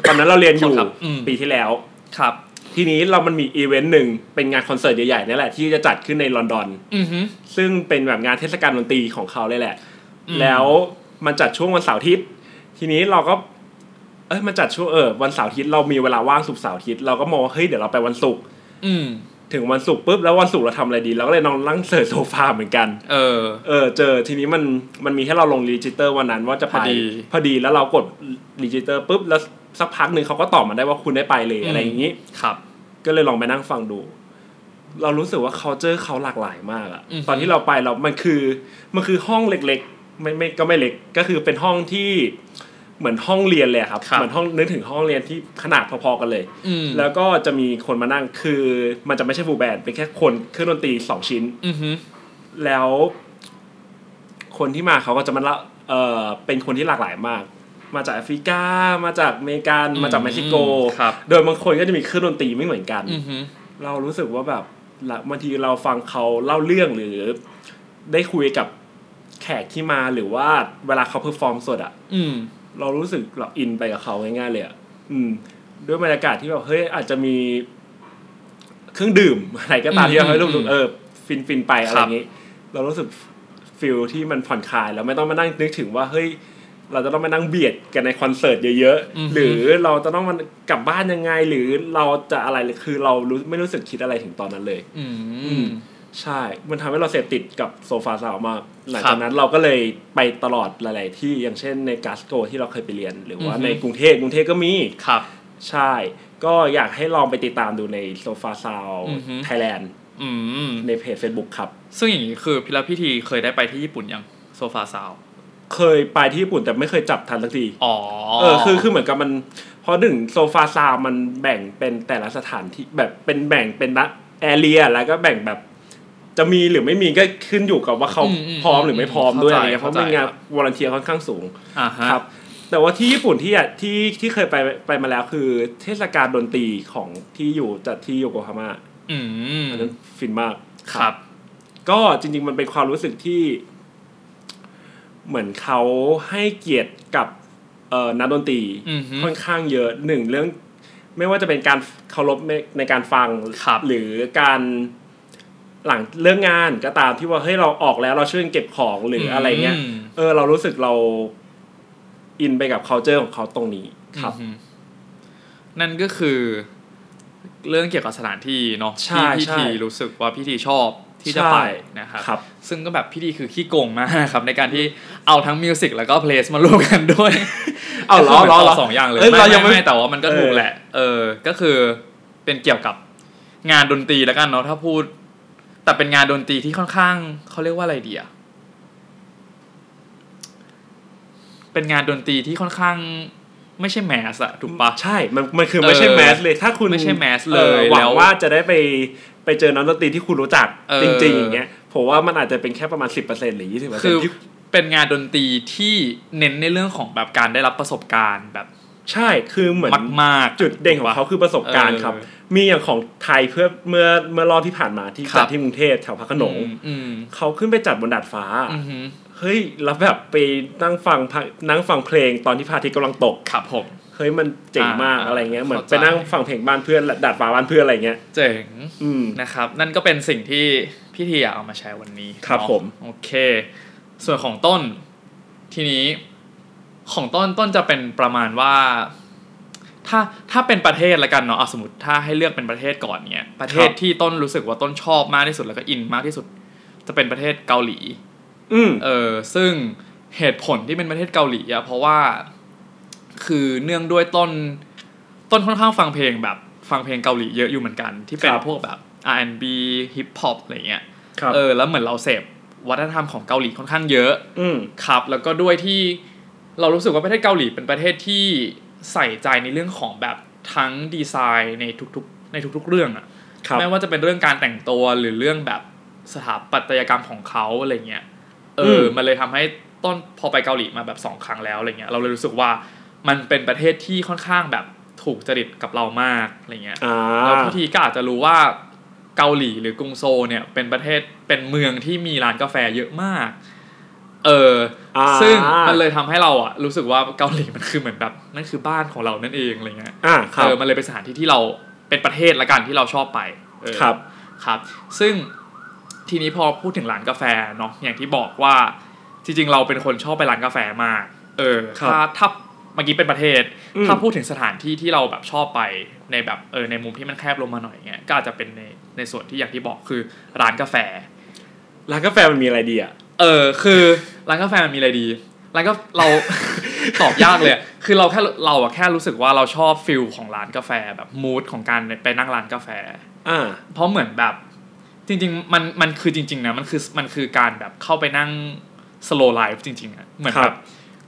ตอนนั้นเราเรียนอยู่ ขอโทษครับอืม ปีที่แล้ว ครับ ทีนี้เรามันมีอีเวนต์หนึ่งเป็นงานคอนเสิร์ตใหญ่ๆนี่แหละที่จะจัดขึ้นในลอนดอน อือฮึ ซึ่งเป็นแบบงานเทศกาลดนตรีของเขาเลยแหละ อืม แล้วมันจัดช่วงวันเสาร์อาทิตย์ ทีนี้เราก็ เอ้ยมันจัดช่วงเออวันเสาร์อาทิตย์เรามีเวลาว่างศุกร์เสาร์อาทิตย์เราก็มองว่าเฮ้ยเดี๋ยวเราไปวันศุกร์ อืม ถึงวันศุกร์ปุ๊บแล้ววันศุกร์เราทำอะไรดีเราก็เลยนอนนั่งเสิร์ชโซฟาเหมือนกัน เออ เออเจอทีนี้มันมันมีให้เราลงรีจิสเตอร์วันนั้นว่าจะไป พอดี พอดีแล้วเรากดรีจิสเตอร์ปุ๊บแล้วสักพักหนึ่งเขาก็ตอบมาได้ว่าคุณได้ไปเลย อืม อะไรอย่างนี้ ครับ ก็เลยลองไปนั่งฟังดู เรารู้สึกว่า culture เขาหลากหลายมากอะ อือฮึ ตอนที่เราไปเรา มันคือ มันคือห้องเล็กๆ ไม่ไม่ก็ไม่เล็ก ก็คือเป็นห้องที่เหมือนห้องเรียนเลยอะครับ เหมือนห้องนึกถึงห้องเรียนที่ขนาดพอๆกันเลย อืม แล้วก็จะมีคนมานั่ง คือ มันจะไม่ใช่ฟูลแบนด์เป็นแค่คนเครื่องดนตรีสองชิ้น อือฮึ แล้ว คนที่มาเขาก็จะมาละเออเป็นคนที่หลากหลายมาก มาจากแอฟริกา มาจากอเมริกัน มาจากเม็กซิโก ครับ โดยบางคนก็จะมีเครื่องดนตรีไม่เหมือนกัน อือฮึ เรารู้สึกว่าแบบละบางทีเราฟังเขาเล่าเรื่องหรือ ได้คุยกับแขกที่มาหรือว่าเวลาเขาเพอร์ฟอร์มสดอะ อืม เรารู้สึกเราอินไปกับเขาง่ายๆเลยอะอืม ด้วยบรรยากาศที่แบบเฮ้ยอาจจะมีเครื่องดื่ม อะไรก็ตามที่เราให้ อืม รู้สึกเออฟินฟินๆไปอะไร ครั อบ ย่างงี้เรารู้สึกฟิลที่มันผ่อนคลายแล้วไม่ต้องมานั่งนึกถึงว่าเฮ้ย เราจะต้องมานั่งเบียดกันในคอนเสิร์ตเยอะ อือฮึ ๆ หรือเราจะต้องมากลับบ้านยังไง หรือเราจะอะไรเลยคือเรารู้ไม่รู้สึกคิดอะไรถึงตอนนั้นเลย อื อื ม ม ใช่ มันทำให้เราเสพติดกับโซฟาสาวมากหลัง ครั จาก บ นั้นเราก็เลยไปตลอดหลายๆที่อย่างเช่นในกลาสโกที่เราเคยไปเรียน หรือว่า อือฮึ ในกรุงเทพกรุงเทพก็มี ครับ ใช่ ก็อยากให้ลองไปติดตามดูในโซฟาซาว อือฮึ ไทยแลนด์ อืม ในเพจ Facebook ครับ ซึ่งอย่างนี้คือพิรพิธีเคยได้ไปที่ญี่ปุ่นยังโซฟาซาว เคยไปที่ญี่ปุ่นแต่ไม่เคยจับทันสักที อ๋อ เออคือคือเหมือนกับมันเพราะหนึ่งโซฟาซาวมันแบ่งเป็นแต่ละสถานที่แบบเป็นแบ่งเป็นละแอเรียแล้วก็แบ่งแบบ จะมีหรือไม่มีก็ขึ้นอยู่กับว่าเขา อืมอืม พร้อมหรือไม่พร้อมด้วย เข้าใจ อะไรเงี้ยเพราะ เข้าใจ มันงานวอร์เนเทียค่อนข้างสูง อ่าฮะ ครับ แต่ว่าที่ญี่ปุ่นที่อ่ะที่ที่เคยไปไปมาแล้วคือ เทศกาลดนตรีของที่อยู่จัดที่โยโกฮาม่า อืม อันนั้นฟินมาก ครับ ก็จริงๆ มันเป็นความรู้สึกที่ เหมือนเขาให้เกียรติกับเอ่อนักดนตรี อือฮึ ค่อนข้างเยอะหนึ่งเรื่อง ไม่ว่าจะเป็นการเคารพในในการฟัง ครับ หรือการหลังเรื่องงานก็ตามที่ว่าเฮ้ยเราออกแล้วเราช่วยกันเก็บของหรืออะไรเงี้ย อืม เออ เรารู้สึกเราอินไปกับ culture ของเขาตรงนี้ครับ อือฮึนั่นก็คือ เรื่องเกี่ยวกับสถานที่เนาะ ใช่ ที่พี่ ใช่ ทีรู้สึกว่าพี่ทีชอบที่จะ ใช่ ไปนะครับ ครับ ซึ่งก็แบบพี่ดีคือขี้โกงมากนะครับ ในการที่ เอาทั้งมิวสิกแล้วก็เพลสมารวมกันด้วย เอาเหรอ ก็คื เหรอเหรอ เาสองอย่างเลย เอ้ยเรายังไม่ ไม่แต่ว่ามันก็ เออ ถูกแหละ เออ ก็คือเป็นเกี่ยวกับงานดนตรีแล้วกันเนาะถ้าพูด แต่เป็นงานดนตรีที่ค่อนข้างเขาเรียกว่าอะไรดีอะเป็นงานดนตรีที่ค่อนข้าง ไม่ใช่แมสอะถูกปะ ใช่ มัน มันคือไม่ใช่ เออ แมสเลย ถ้าคุณ ไม่ใช่แมสเลย ออหวั แล้ ง ว ว่าจะได้ไป ไปเจอนักดนตรีที่คุณรู้จัก เออ จริงๆ อย่างเงี้ย ผมว่ามันอาจจะเป็นแค่ประมาณ 10%หรือ 20% คือ ที่ เป็นงานดนตรีที่เน้นในเรื่องของแบบการได้รับประสบการณ์แบบ ใช่ คือเหมือน มากๆ จุดเด่นของเขาคือประสบการณ์ครับ เออ มีอย่างของไทยเพื่อเมื่อ เมื่อรอบที่ผ่านมาที่ ครับ จัดที่กรุงเทพแถวพระโขนง อืม เขาขึ้นไปจัดบนดาดฟ้า อืมอือหือ เฮ้ย แล้วแบบไปนั่งฟังพระนั่งฟังเพลงตอนที่พระอาทิตย์กำลังตก ครับผม เฮ้ย มันเจ๋งมาก อ่า อะไรเงี้ย เหมือน เข้าใจ ไปนั่งฟังเพลงบ้านเพื่อนดาดฟ้าบ้านเพื่อนอะไรเงี้ย เจ๋ง อืม นะครับนั่นก็เป็นสิ่งที่พี่ทีอยากเอามาแชร์วันนี้ ครับ เนาะ ผม โอเค ส่วนของต้นทีนี้ของต้นต้นจะเป็นประมาณว่า ถ้าถ้าเป็นประเทศละกันเนาะเอาสมมติถ้าให้เลือกเป็นประเทศก่อนเนี่ยประเทศที่ต้นรู้สึกว่าต้นชอบมากที่สุดแล้วก็อินมากที่สุด จะเป็นประเทศเกาหลี อืม เออซึ่งเหตุผลที่เป็นประเทศเกาหลีอะเพราะว่าคือเนื่องด้วยต้นต้นค่อนข้างฟังเพลงแบบ ฟังเพลงเกาหลีเยอะอยู่เหมือนกัน ที่เป็น ครับ พวกแบบ R&B Hip Hop อะไรเงี้ย ครับ เออแล้วเหมือนเราเสพวัฒนธรรมของเกาหลีค่อนข้างเยอะ อืม ครับแล้วก็ด้วยที่เรารู้สึกว่าประเทศเกาหลีเป็นประเทศที่ใส่ใจในเรื่องของแบบทั้งดีไซน์ในทุกๆในทุกๆเรื่องอะ ครับ ไม่ว่าจะเป็นเรื่องการแต่งตัวหรือเรื่องแบบสถาปัตยกรรมของเขาอะไรเงี้ยเออ ม อมันเลยทำให้ต้นพอไปเกาหลีมาแบบสองครั้งแล้วอะไรเงี้ยเราเลยรู้สึกว่ามันเป็นประเทศที่ค่อนข้างแบบถูกจริตกับเรามากอะไรเงี้ย อ่า แล้วทุกทีก็อาจจะรู้ว่าเกาหลีหรือกรุงโซลเนี่ยเป็นประเทศเป็นเมืองที่มีร้านกาแฟเยอะมาก เอออา ซึ่งมันเลยทำให้เราอะรู้สึกว่าเกาหลีมันคือเหมือนแบบนั่นคือบ้านของเรานั่นเองอะไรเงี้ย อ่าครับ เออมันเลยเป็นสถานที่ที่เราเป็นประเทศละกันที่เราชอบไปเออ ครับ ครับ ซึ่งทีนี้พอพูดถึงร้านกาแฟเนาะอย่างที่บอกว่าจริงๆ เราเป็นคนชอบไปร้านกาแฟมาก เออ ครับ ถ้าถ้าเมื่อกี้เป็นประเทศ อืม ถ้าพูดถึงสถานที่ที่เราแบบชอบไปในแบบเออในมุมที่มันแคบลงมาหน่อยเงี้ยก็อาจจะเป็นในในส่วนที่อย่างที่บอกคือร้านกาแฟ ร้านกาแฟมันมีอะไรดีอ่ะ เออคือร้านกาแฟมันมีอะไรดีร้านก็เรา ตอบยากเลยอะคือเราแค่เราอะแค่รู้สึกว่าเราชอบฟิลของร้านกาแฟแบบมูดของการไปนั่งร้านกาแฟ อ่า เพราะเหมือนแบบจริงๆมันมันคือจริง ๆ นะ มันคือมันคือการแบบเข้าไปนั่ง slow life จริงๆอะเหมือน ค แบ รั บบ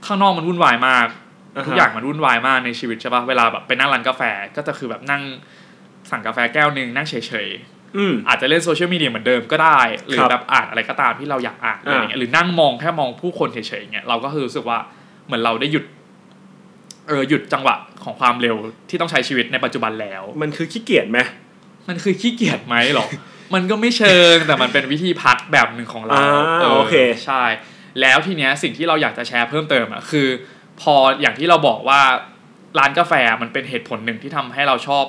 ข้างนอกมันวุ่นวายมาก อ่าฮะ ทุกอย่างมันวุ่นวายมากในชีวิตใช่ปะเวลาแบบไปนั่งร้านกาแฟก็จะคือแบบนั่งสั่งกาแฟแก้วหนึ่งนั่งเฉย อืม ๆ อาจจะเล่นโซเชียลมีเดียเหมือนเดิมก็ได้ หรือ ครับ แบบอ่านอะไรก็ตามที่เราอยากอ่านอะไรอย่างเงี้ยหรือนั่งมองแค่มองผู้คนเฉยๆเงี้ยเราก็คือรู้สึกว่าเหมือนเราได้หยุดเออหยุดจังหวะของความเร็วที่ต้องใช้ชีวิตในปัจจุบันแล้ว ันคือขี้เกียจไหม มันคือขี้เกีย จไหมหรอ มันก็ไม่เชิง แต่มันเป็นวิธีพักแบบหนึ่งของเรา อ่าโอเค ใช่ แล้วทีเนี้ยสิ่งที่เราอยากจะแชร์เพิ่มเติมอ่ะคือ พออย่างที่เราบอกว่าร้านกาแฟมันเป็นเหตุผลหนึ่งที่ทำให้เราชอบ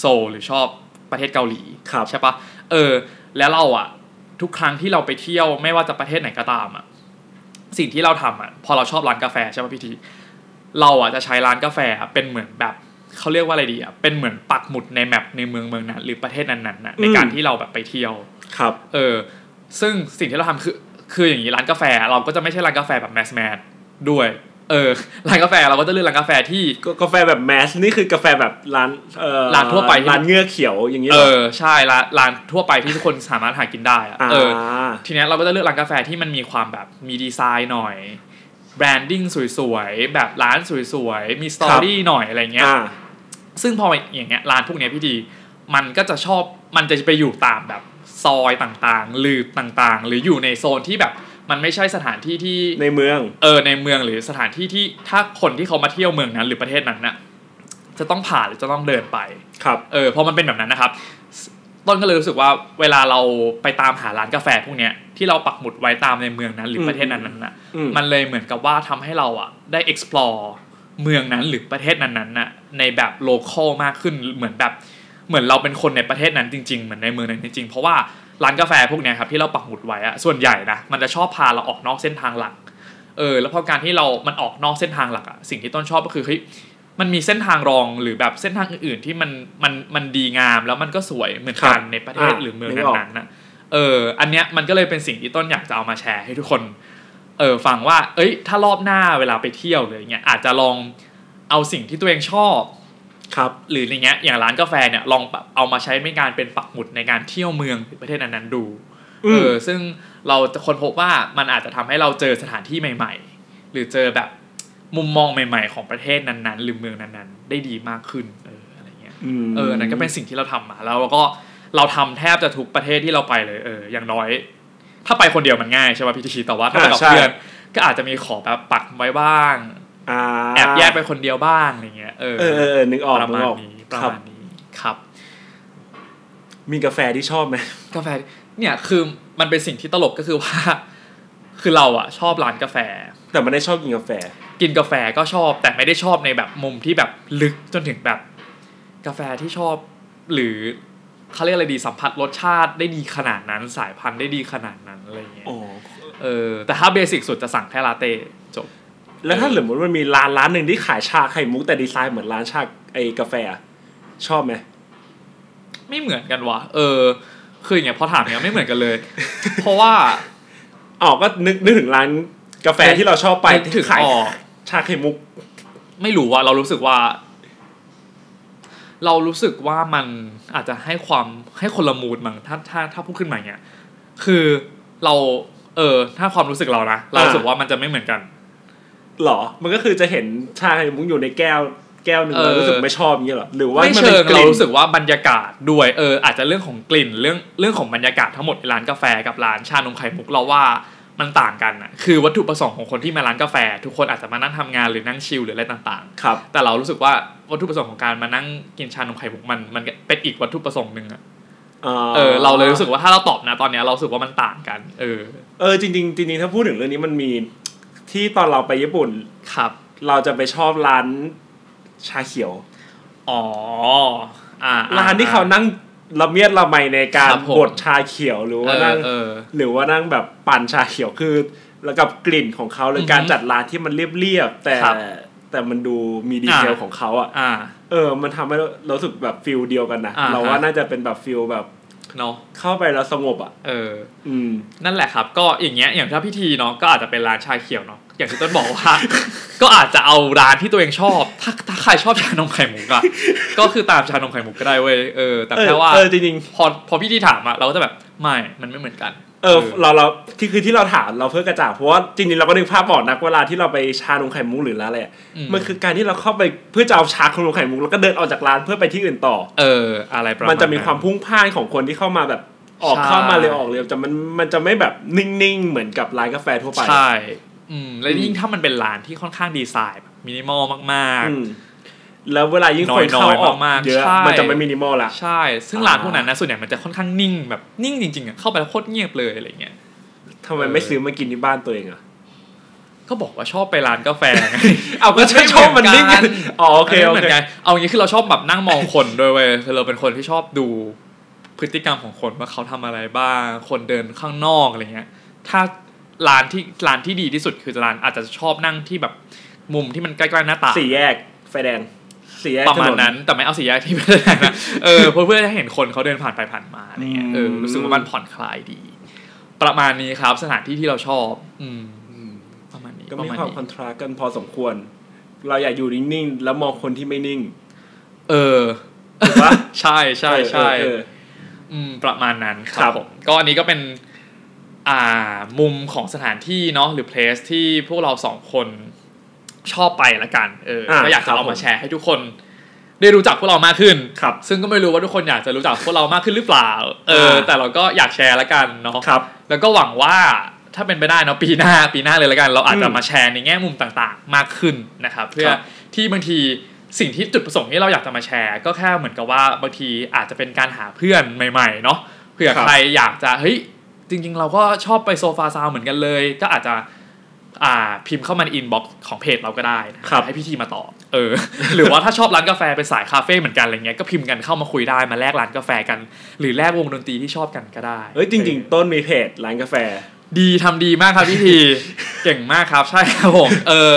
โซลหรือชอบประเทศเกาหลี ครับ ใช่ปะเออ แล้วเราอะทุกครั้งที่เราไปเที่ยวไม่ว่าจะประเทศไหนก็ตามอะสิ่งที่เราทำอะพอเราชอบร้านกาแฟใช่ปะพี่ทีเราอะจะใช้ร้านกาแฟอะเป็นเหมือนแบบเขาเรียกว่าอะไรดีอะเป็นเหมือนปักหมุดในแมปในเมืองเมืองนั้นหรือประเทศนั้นๆนะในการ อืม ที่เราแบบไปเที่ยว ครับ เออ ซึ่งสิ่งที่เราทำคือ คืออย่างนี้ร้านกาแฟเราก็จะไม่ใช่ร้านกาแฟแบบแมสแมสด้วย เออ ร้านกาแฟเราก็จะเลือกร้านกาแฟที่ ก็กาแฟแบบแมส นี่คือกาแฟแบบร้านเอ่อ ร้านทั่วไป ร้านเงือกเขียวอย่างนี้ เอ หร อ ใช่ร้านร้านทั่วไปที่ทุกคนสามารถหากินได้อะ อ่า เออ ทีเนี้ยเราก็จะเลือกร้านกาแฟที่มันมีความแบบมีดีไซน์หน่อย แบรนดิ้งสวยๆ แบบร้านสวยๆ มีสตอรี่หน่อยอะไรเงี้ย อ่า ซึ่งพออย่างเงี้ยร้านพวกเนี้ยพี่ดี มันก็จะชอบมันจะไปอยู่ตามแบบซอยต่างๆ หลืบต่างๆ หรืออยู่ในโซนที่แบบมันไม่ใช่สถานที่ที่ ในเมือง เออในเมืองหรือสถานที่ที่ถ้าคนที่เขามาเที่ยวเมืองนั้น หรือประเทศนั้นน่ะจะต้องผ่านหรือจะต้องเดินไป ครับ เออพอมันเป็นแบบนั้นนะครับสต้นก็เลยรู้สึกว่าเวลาเราไปตามหาร้านกาแฟพวกเนี้ยที่เราปักหมุดไว้ตามในเมืองนั้น หรือ ม ประเทศนั้นนั้นน่ะ อืม มันเลยเหมือนกับว่าทำให้เราอ่ะได้ explore เมืองนั้นหรือประเทศนั้นนั้นๆน่ะในแบบโลคอลมากขึ้นเหมือนแบบเหมือนเราเป็นคนในประเทศนั้นจริงๆเหมือนในเมืองนั้นจริงๆเพราะว่าร้านกาแฟพวกเนี้ยครับที่เราปักหมุดไว้อะส่วนใหญ่นะมันจะชอบพาเราออกนอกเส้นทางหลัก เออแล้วพอการที่เรา มันออกนอกเส้นทางหลักอะสิ่งที่ต้นชอบก็คือเฮ้ย มันมีเส้นทางรองหรือแบบเส้นทางอื่น ๆ ที่มัน มัน มันดีงามแล้วมันก็สวยเหมือนกัน ครับ ในประเทศ อ่ะ หรือเมือง นึกออก นั้นๆนะเออ อันเนี้ยมันก็เลยเป็นสิ่งที่ต้นอยากจะเอามาแชร์ให้ทุกคน เออฟังว่า เอ้ย ถ้ารอบหน้าเวลาไปเที่ยวหรืออย่างเงี้ย อาจจะลองเอาสิ่งที่ตัวเองชอบ ครับ หรืออย่างเงี้ย อย่างร้านกาแฟเนี่ย ลองแบบเอามาใช้ในการเป็นปักหมุดในการเที่ยวเมืองหรือประเทศนั้นๆดู อื เอ ม อซึ่งเราจะค้นพบว่ามันอาจจะทำให้เราเจอสถานที่ใหม่ ๆ หรือเจอแบบมุมมองใหม่ ๆ ของประเทศนั้นๆ หรือเมืองนั้นๆ ได้ดีมากขึ้นเอออะไรเงี้ย ม เออนั่นก็เป็นสิ่งที่เราทำมาแล้วเราก็เราทำแทบจะทุกประเทศที่เราไปเลยเอออย่างน้อย ถ้าไปคนเดียวมันง่ายใช่ป่ะพี่ทีแต่ว่าถ้าไปกับ อ่าใช่ เพื่อนก็อาจจะมีขอแบบปักไว้บ้าง อ่า แอบแยกไปคนเดียวบ้างอะไรเงี้ยเออ เออเออเออนึกออก ประมาณ กออก นี้ประ ครับ มาณนี้ครับ มีกาแฟที่ชอบไหม กาแฟเนี่ยคือมันเป็นสิ่งที่ตลกก็คือว่า คือเราอะชอบร้านกาแฟ แต่มันได้ชอบกินกาแฟ กินกาแฟก็ชอบแต่ไม่ได้ชอบในแบบมุมที่แบบลึกจนถึงแบบ กาแฟที่ชอบ หรือเขาเรียกอะไรดีสัมผัสรสชาติได้ดีขนาดนั้น สายพันธุ์ได้ดีขนาดนั้นอะไรเงี้ย อ๋อ เออแต่ถ้าเบสิกสุดจะสั่งแค่ลาเต้จบ แล้วถ้าสมมติมันมีร้านร้านหนึ่งที่ขายชาไข่มุกแต่ดีไซน์เหมือนร้านชาไอกาแฟอะชอบไหม ไม่เหมือนกันวะเออ คืออย่างเงี้ยพอถามเนี้ยไม่เหมือนกันเลย เพราะว่า อ๋อก็นึกนึกถึงร้านกาแฟที่เราชอบไป นึกถึง ขาย ออก ชาไข่มุก ไม่รู้ว่าเรารู้สึกว่า เรารู้สึกว่ามันอาจจะให้ความให้คนละมูดมั้งถ้าถ้าถ้าพูดขึ้นมาอย่างเงี้ยคือเราเออถ้าความรู้สึกเรานะเรารู้สึกว่ามันจะไม่เหมือนกัน หรอ มันก็คือจะเห็นชาไข่มุกอยู่ในแก้วแก้วหนึ่ง เออ แล้วรู้สึกไม่ชอบอย่างเงี้ยเหรอหรือว่า ไม่ มัน เชิ ป็ ง นก เรา ลิ่น รู้สึกว่าบรรยากาศด้วยเอออาจจะเรื่องของกลิ่นเรื่องเรื่องของบรรยากาศทั้งหมดในร้านกาแฟกับร้านชานมไข่มุกเราว่ามันต่างกันนะคือวัตถุประสงค์ของคนที่มาร้านกาแฟ ทุกคนอาจจะมานั่งทำงานหรือนั่งชิลหรืออะไรต่าง ครับ ๆ แต่เรารู้สึกว่าวัตถุประสงค์ของการมานั่งกินชานมไข่มุกมันมันก็เป็นอีกวัตถุประสงค์หนึ่งอะเออเราเลยรู้สึกว่าถ้าเราตอบนะตอนเนี้ยเรารู้สึกว่ามันต่างกัน เออ เออจริงๆจริงๆถ้าพูดถึงเรื่องนี้มันมีที่ตอนเราไปญี่ปุ่น ครับ เราจะไปชอบร้านชาเขียว อ๋ออ่า ร้านที่เขานั่งละเมียดละไมในการ ครับผม บดชาเขียวหรือ เอ ว่า อ นั่ง เออ หรือว่านั่งแบบปั่นชาเขียวคือ แล้วกับกลิ่นของเขาหรือ อฮึ การจัดร้านที่มันเรียบๆแต่ ครับ แต่มันดูมีดีเทล อ่า ของเขาอ่ะ อ่า เออมันทำให้เราเรารู้สึกแบบฟิลเดียวกันนะ อ่า เราว่า ฮะ น่าจะเป็นแบบฟิลแบบ เนาะ เข้าไปแล้วสงบอ่ะ เออ อืม นั่นแหละครับก็อย่างเงี้ยอย่างถ้าพิธีเนาะก็อาจจะเป็นร้านชาเขียวเนาะอย่างที่ต้นบอก ว่า ก็อาจจะเอาร้านที่ตัวเองชอบ ถ้าถ้าใครชอบชานมไข่มุกอะ ก็คือตามชานมไข่มุกก็ได้เว้ยเออแต่ เออ แค่ว่า เออจริง พอพอพิธีถามอะเราก็จะแบบไม่มันไม่เหมือนกัน ๆเออเราเราที่คือที่เราถามเราเพื่อกระจ่างเพราะว่าจริงๆเราก็นึกภาพบอกนะเวลาที่เราไปชานมไข่มุกหรือร้านอะไรอะ อืม มันคือการที่เราเข้าไปเพื่อจะเอาชาขนมไข่มุกแล้วก็เดินออกจากร้านเพื่อไปที่อื่นต่อ เอออะไรประมาณ มันจะมีความ นั้น พุ่งพล่านของคนที่เข้ามาแบบออก ใช่ เข้ามาเร็วออกเร็วแต่มันมันจะไม่แบบนิ่งๆ เหมือนกับร้านกาแฟทั่วไป ใช่อืมแล้วยิ่งถ้ามันเป็นร้านที่ค่อนข้างดีไซน์แบบมินิมอลมาก อืมแล้วเวลายิ่งคน น้ เข้า อยๆ ออก มากๆ เยอะ ใช่ มันจะไม่มินิมอลละ ๆ ใช่ ซึ่งร้านพวกนั้นนะส่วนใหญ่มันจะค่อนข้างนิ่งแบบนิ่งจริงๆอะเข้าไปแล้วโคตรเงียบเลยอะไรเงี้ย ทำไม เออ ไม่ซื้อมากินที่บ้านตัวเองอ่ะ ก็บอกว่าชอบไปร้านกาแฟไง เอาก็ ใช่ไม่เหมือน ชอบมันนิ่ง กัน อ๋อโอเค อัน โอ นี้เหมือ เค นกันเอางี้คือเราชอบแบบนั่งมองคนด้วยเว้ยคือเราเป็นคนที่ชอบดูพฤติกรรมของคนว่าเขาทำอะไรบ้าง คนเดินข้างนอกอะไรเงี้ย ถ้าร้านที่ร้านที่ดีที่สุดคือร้านอาจจะชอบนั่งที่แบบมุมที่มันใกล้ๆหน้าต่าง สี่แยกไฟแดงสี่แยก ประมา ถ ณนั้น แต่ไม่เอาสีแยกที่ไม่ได้ นะเออเพื่อเพื่อให้เห็นคนเขาเดินผ่านไปผ่านมาอะไรเงี้ยเออรู้สึกว่ามันผ่อนคลายดี ประมาณนี้ครับ สถานที่ที่เราชอบ อืม อืม ประมาณนี้ ก็ ป มี ระมาณ ความ นี้ คอนทราสต์กันพอสมควร เราอยากอยู่นิ่งๆ แล้วมองคนที่ไม่ นิ่ง เออ ถูกปะ ใช่ใช่ใช่ เออเออ อืมประมาณนั้นค ครั รับบ ผมก็อันนี้ก็เป็นอ่ามุมของสถานที่เนาะหรือ place ที่พวกเราสองคนชอบไปละกันเอออา ก็อยาก ครั จะ บ เอา ผม มาแชร์ให้ทุกคนได้รู้จักพวกเรามากขึ้น ครับ ซึ่งก็ไม่รู้ว่าทุกคนอยากจะรู้จักพวกเรามากขึ้นหรือเปล่าเออ อ่า แต่เราก็อยากแชร์ละกันเนาะ ครับ แล้วก็หวังว่าถ้าเป็นไปได้เนาะปีหน้าปีหน้าเลยละกัน เราอาจจะ อืม มาแชร์ในแง่มุมต่างๆ มากขึ้นนะครับ เพื่อ ครับ ที่บางทีสิ่งที่จุดประสงค์ที่เราอยากจะมาแชร์ ก็แค่เหมือนกับว่าบางทีอาจจะเป็นการหาเพื่อนใหม่ๆเนาะเผื่อ ครับ ใครอยากจะเฮ้ยจริงๆ เราก็ชอบไปโซฟาซาวน์เหมือนกันเลย ก็อาจจะอ่าพิมพ์เข้ามาในอินบ็อกซ์ของเพจเราก็ได้นะครับให้พี่ทีมาตอบเอ อ หรือว่าถ้าชอบร้านกาแฟเป็นสายคาเฟ่เหมือนกันอะไรเงี้ยก็พิมพ์กันเข้ามาคุยได้มาแลกร้านกาแฟกัน หรือแลกวงดนตรีที่ชอบกันก็ได้ เฮ้ยจริง ๆ ต้นมีเพจร้านกาแฟ ดีทำดีมากครับพี่ ทีเก่งมากครับใช่ครับผมเออ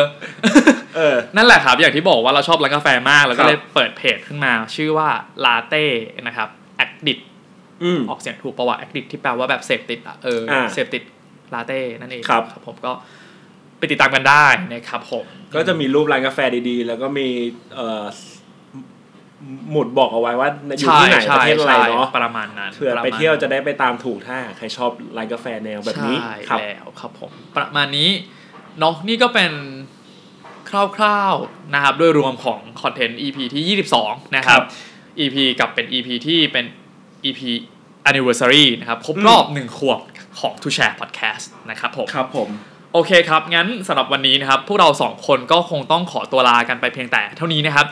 เออ นั่นแหละครับ อย่างที่บอกว่าเราชอบร้านกาแฟมาก แล้ว ครั ก็ บ เลยเปิดเพจขึ้นมา ชื่อว่าลาเต้นะครับแอคดิ อืม ออกเสียงถูกปะวะแอคดิที่แปลว่าแบบเสพติดอะเออ อ่า เสพติดลาเต้นั่นเอง ครับ ผมก็ไปติดตามกันได้นะครับผม ก็จะมีรูปร้านกาแฟดีๆ แล้วก็มีเอ่อหมุดบอกเอาไว้ว่าอยู่ ใช่ ที่ไหนป ใช่ ระเทศอะไร ใช่ เนาะ ประมาณนั้น เผื่อ ระมาณไปนั้น เที่ยวจะได้ไปตามถูกถ้าใครชอบร้านกาแฟแนวแบบนี้ ใช่ ครับ แล้วครับผม ประมาณนี้เนาะนี่ก็เป็นคร่าวๆนะครับโด้วยรวมของคอนเทนต์ EP ที่ 22 นะครับ EP กับเป็น EP ที่เป็น EP anniversary นะครับ ครบรอบ 1 ขวบของ To Share Podcast นะครับผม ครับผม โอเคครับ งั้นสำหรับวันนี้นะครับ พวกเรา 2 คนก็คงต้องขอตัวลากันไปเพียงแต่เท่านี้นะครับ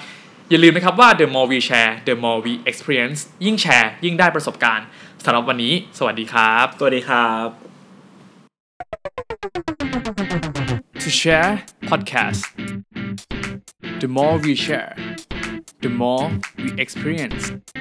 อย่าลืมนะครับว่า the more we share the more we experience ยิ่งแชร์ ยิ่งได้ประสบการณ์สำหรับวันนี้ สวัสดีครับ สวัสดีครับ To Share Podcast the more we share the more we experience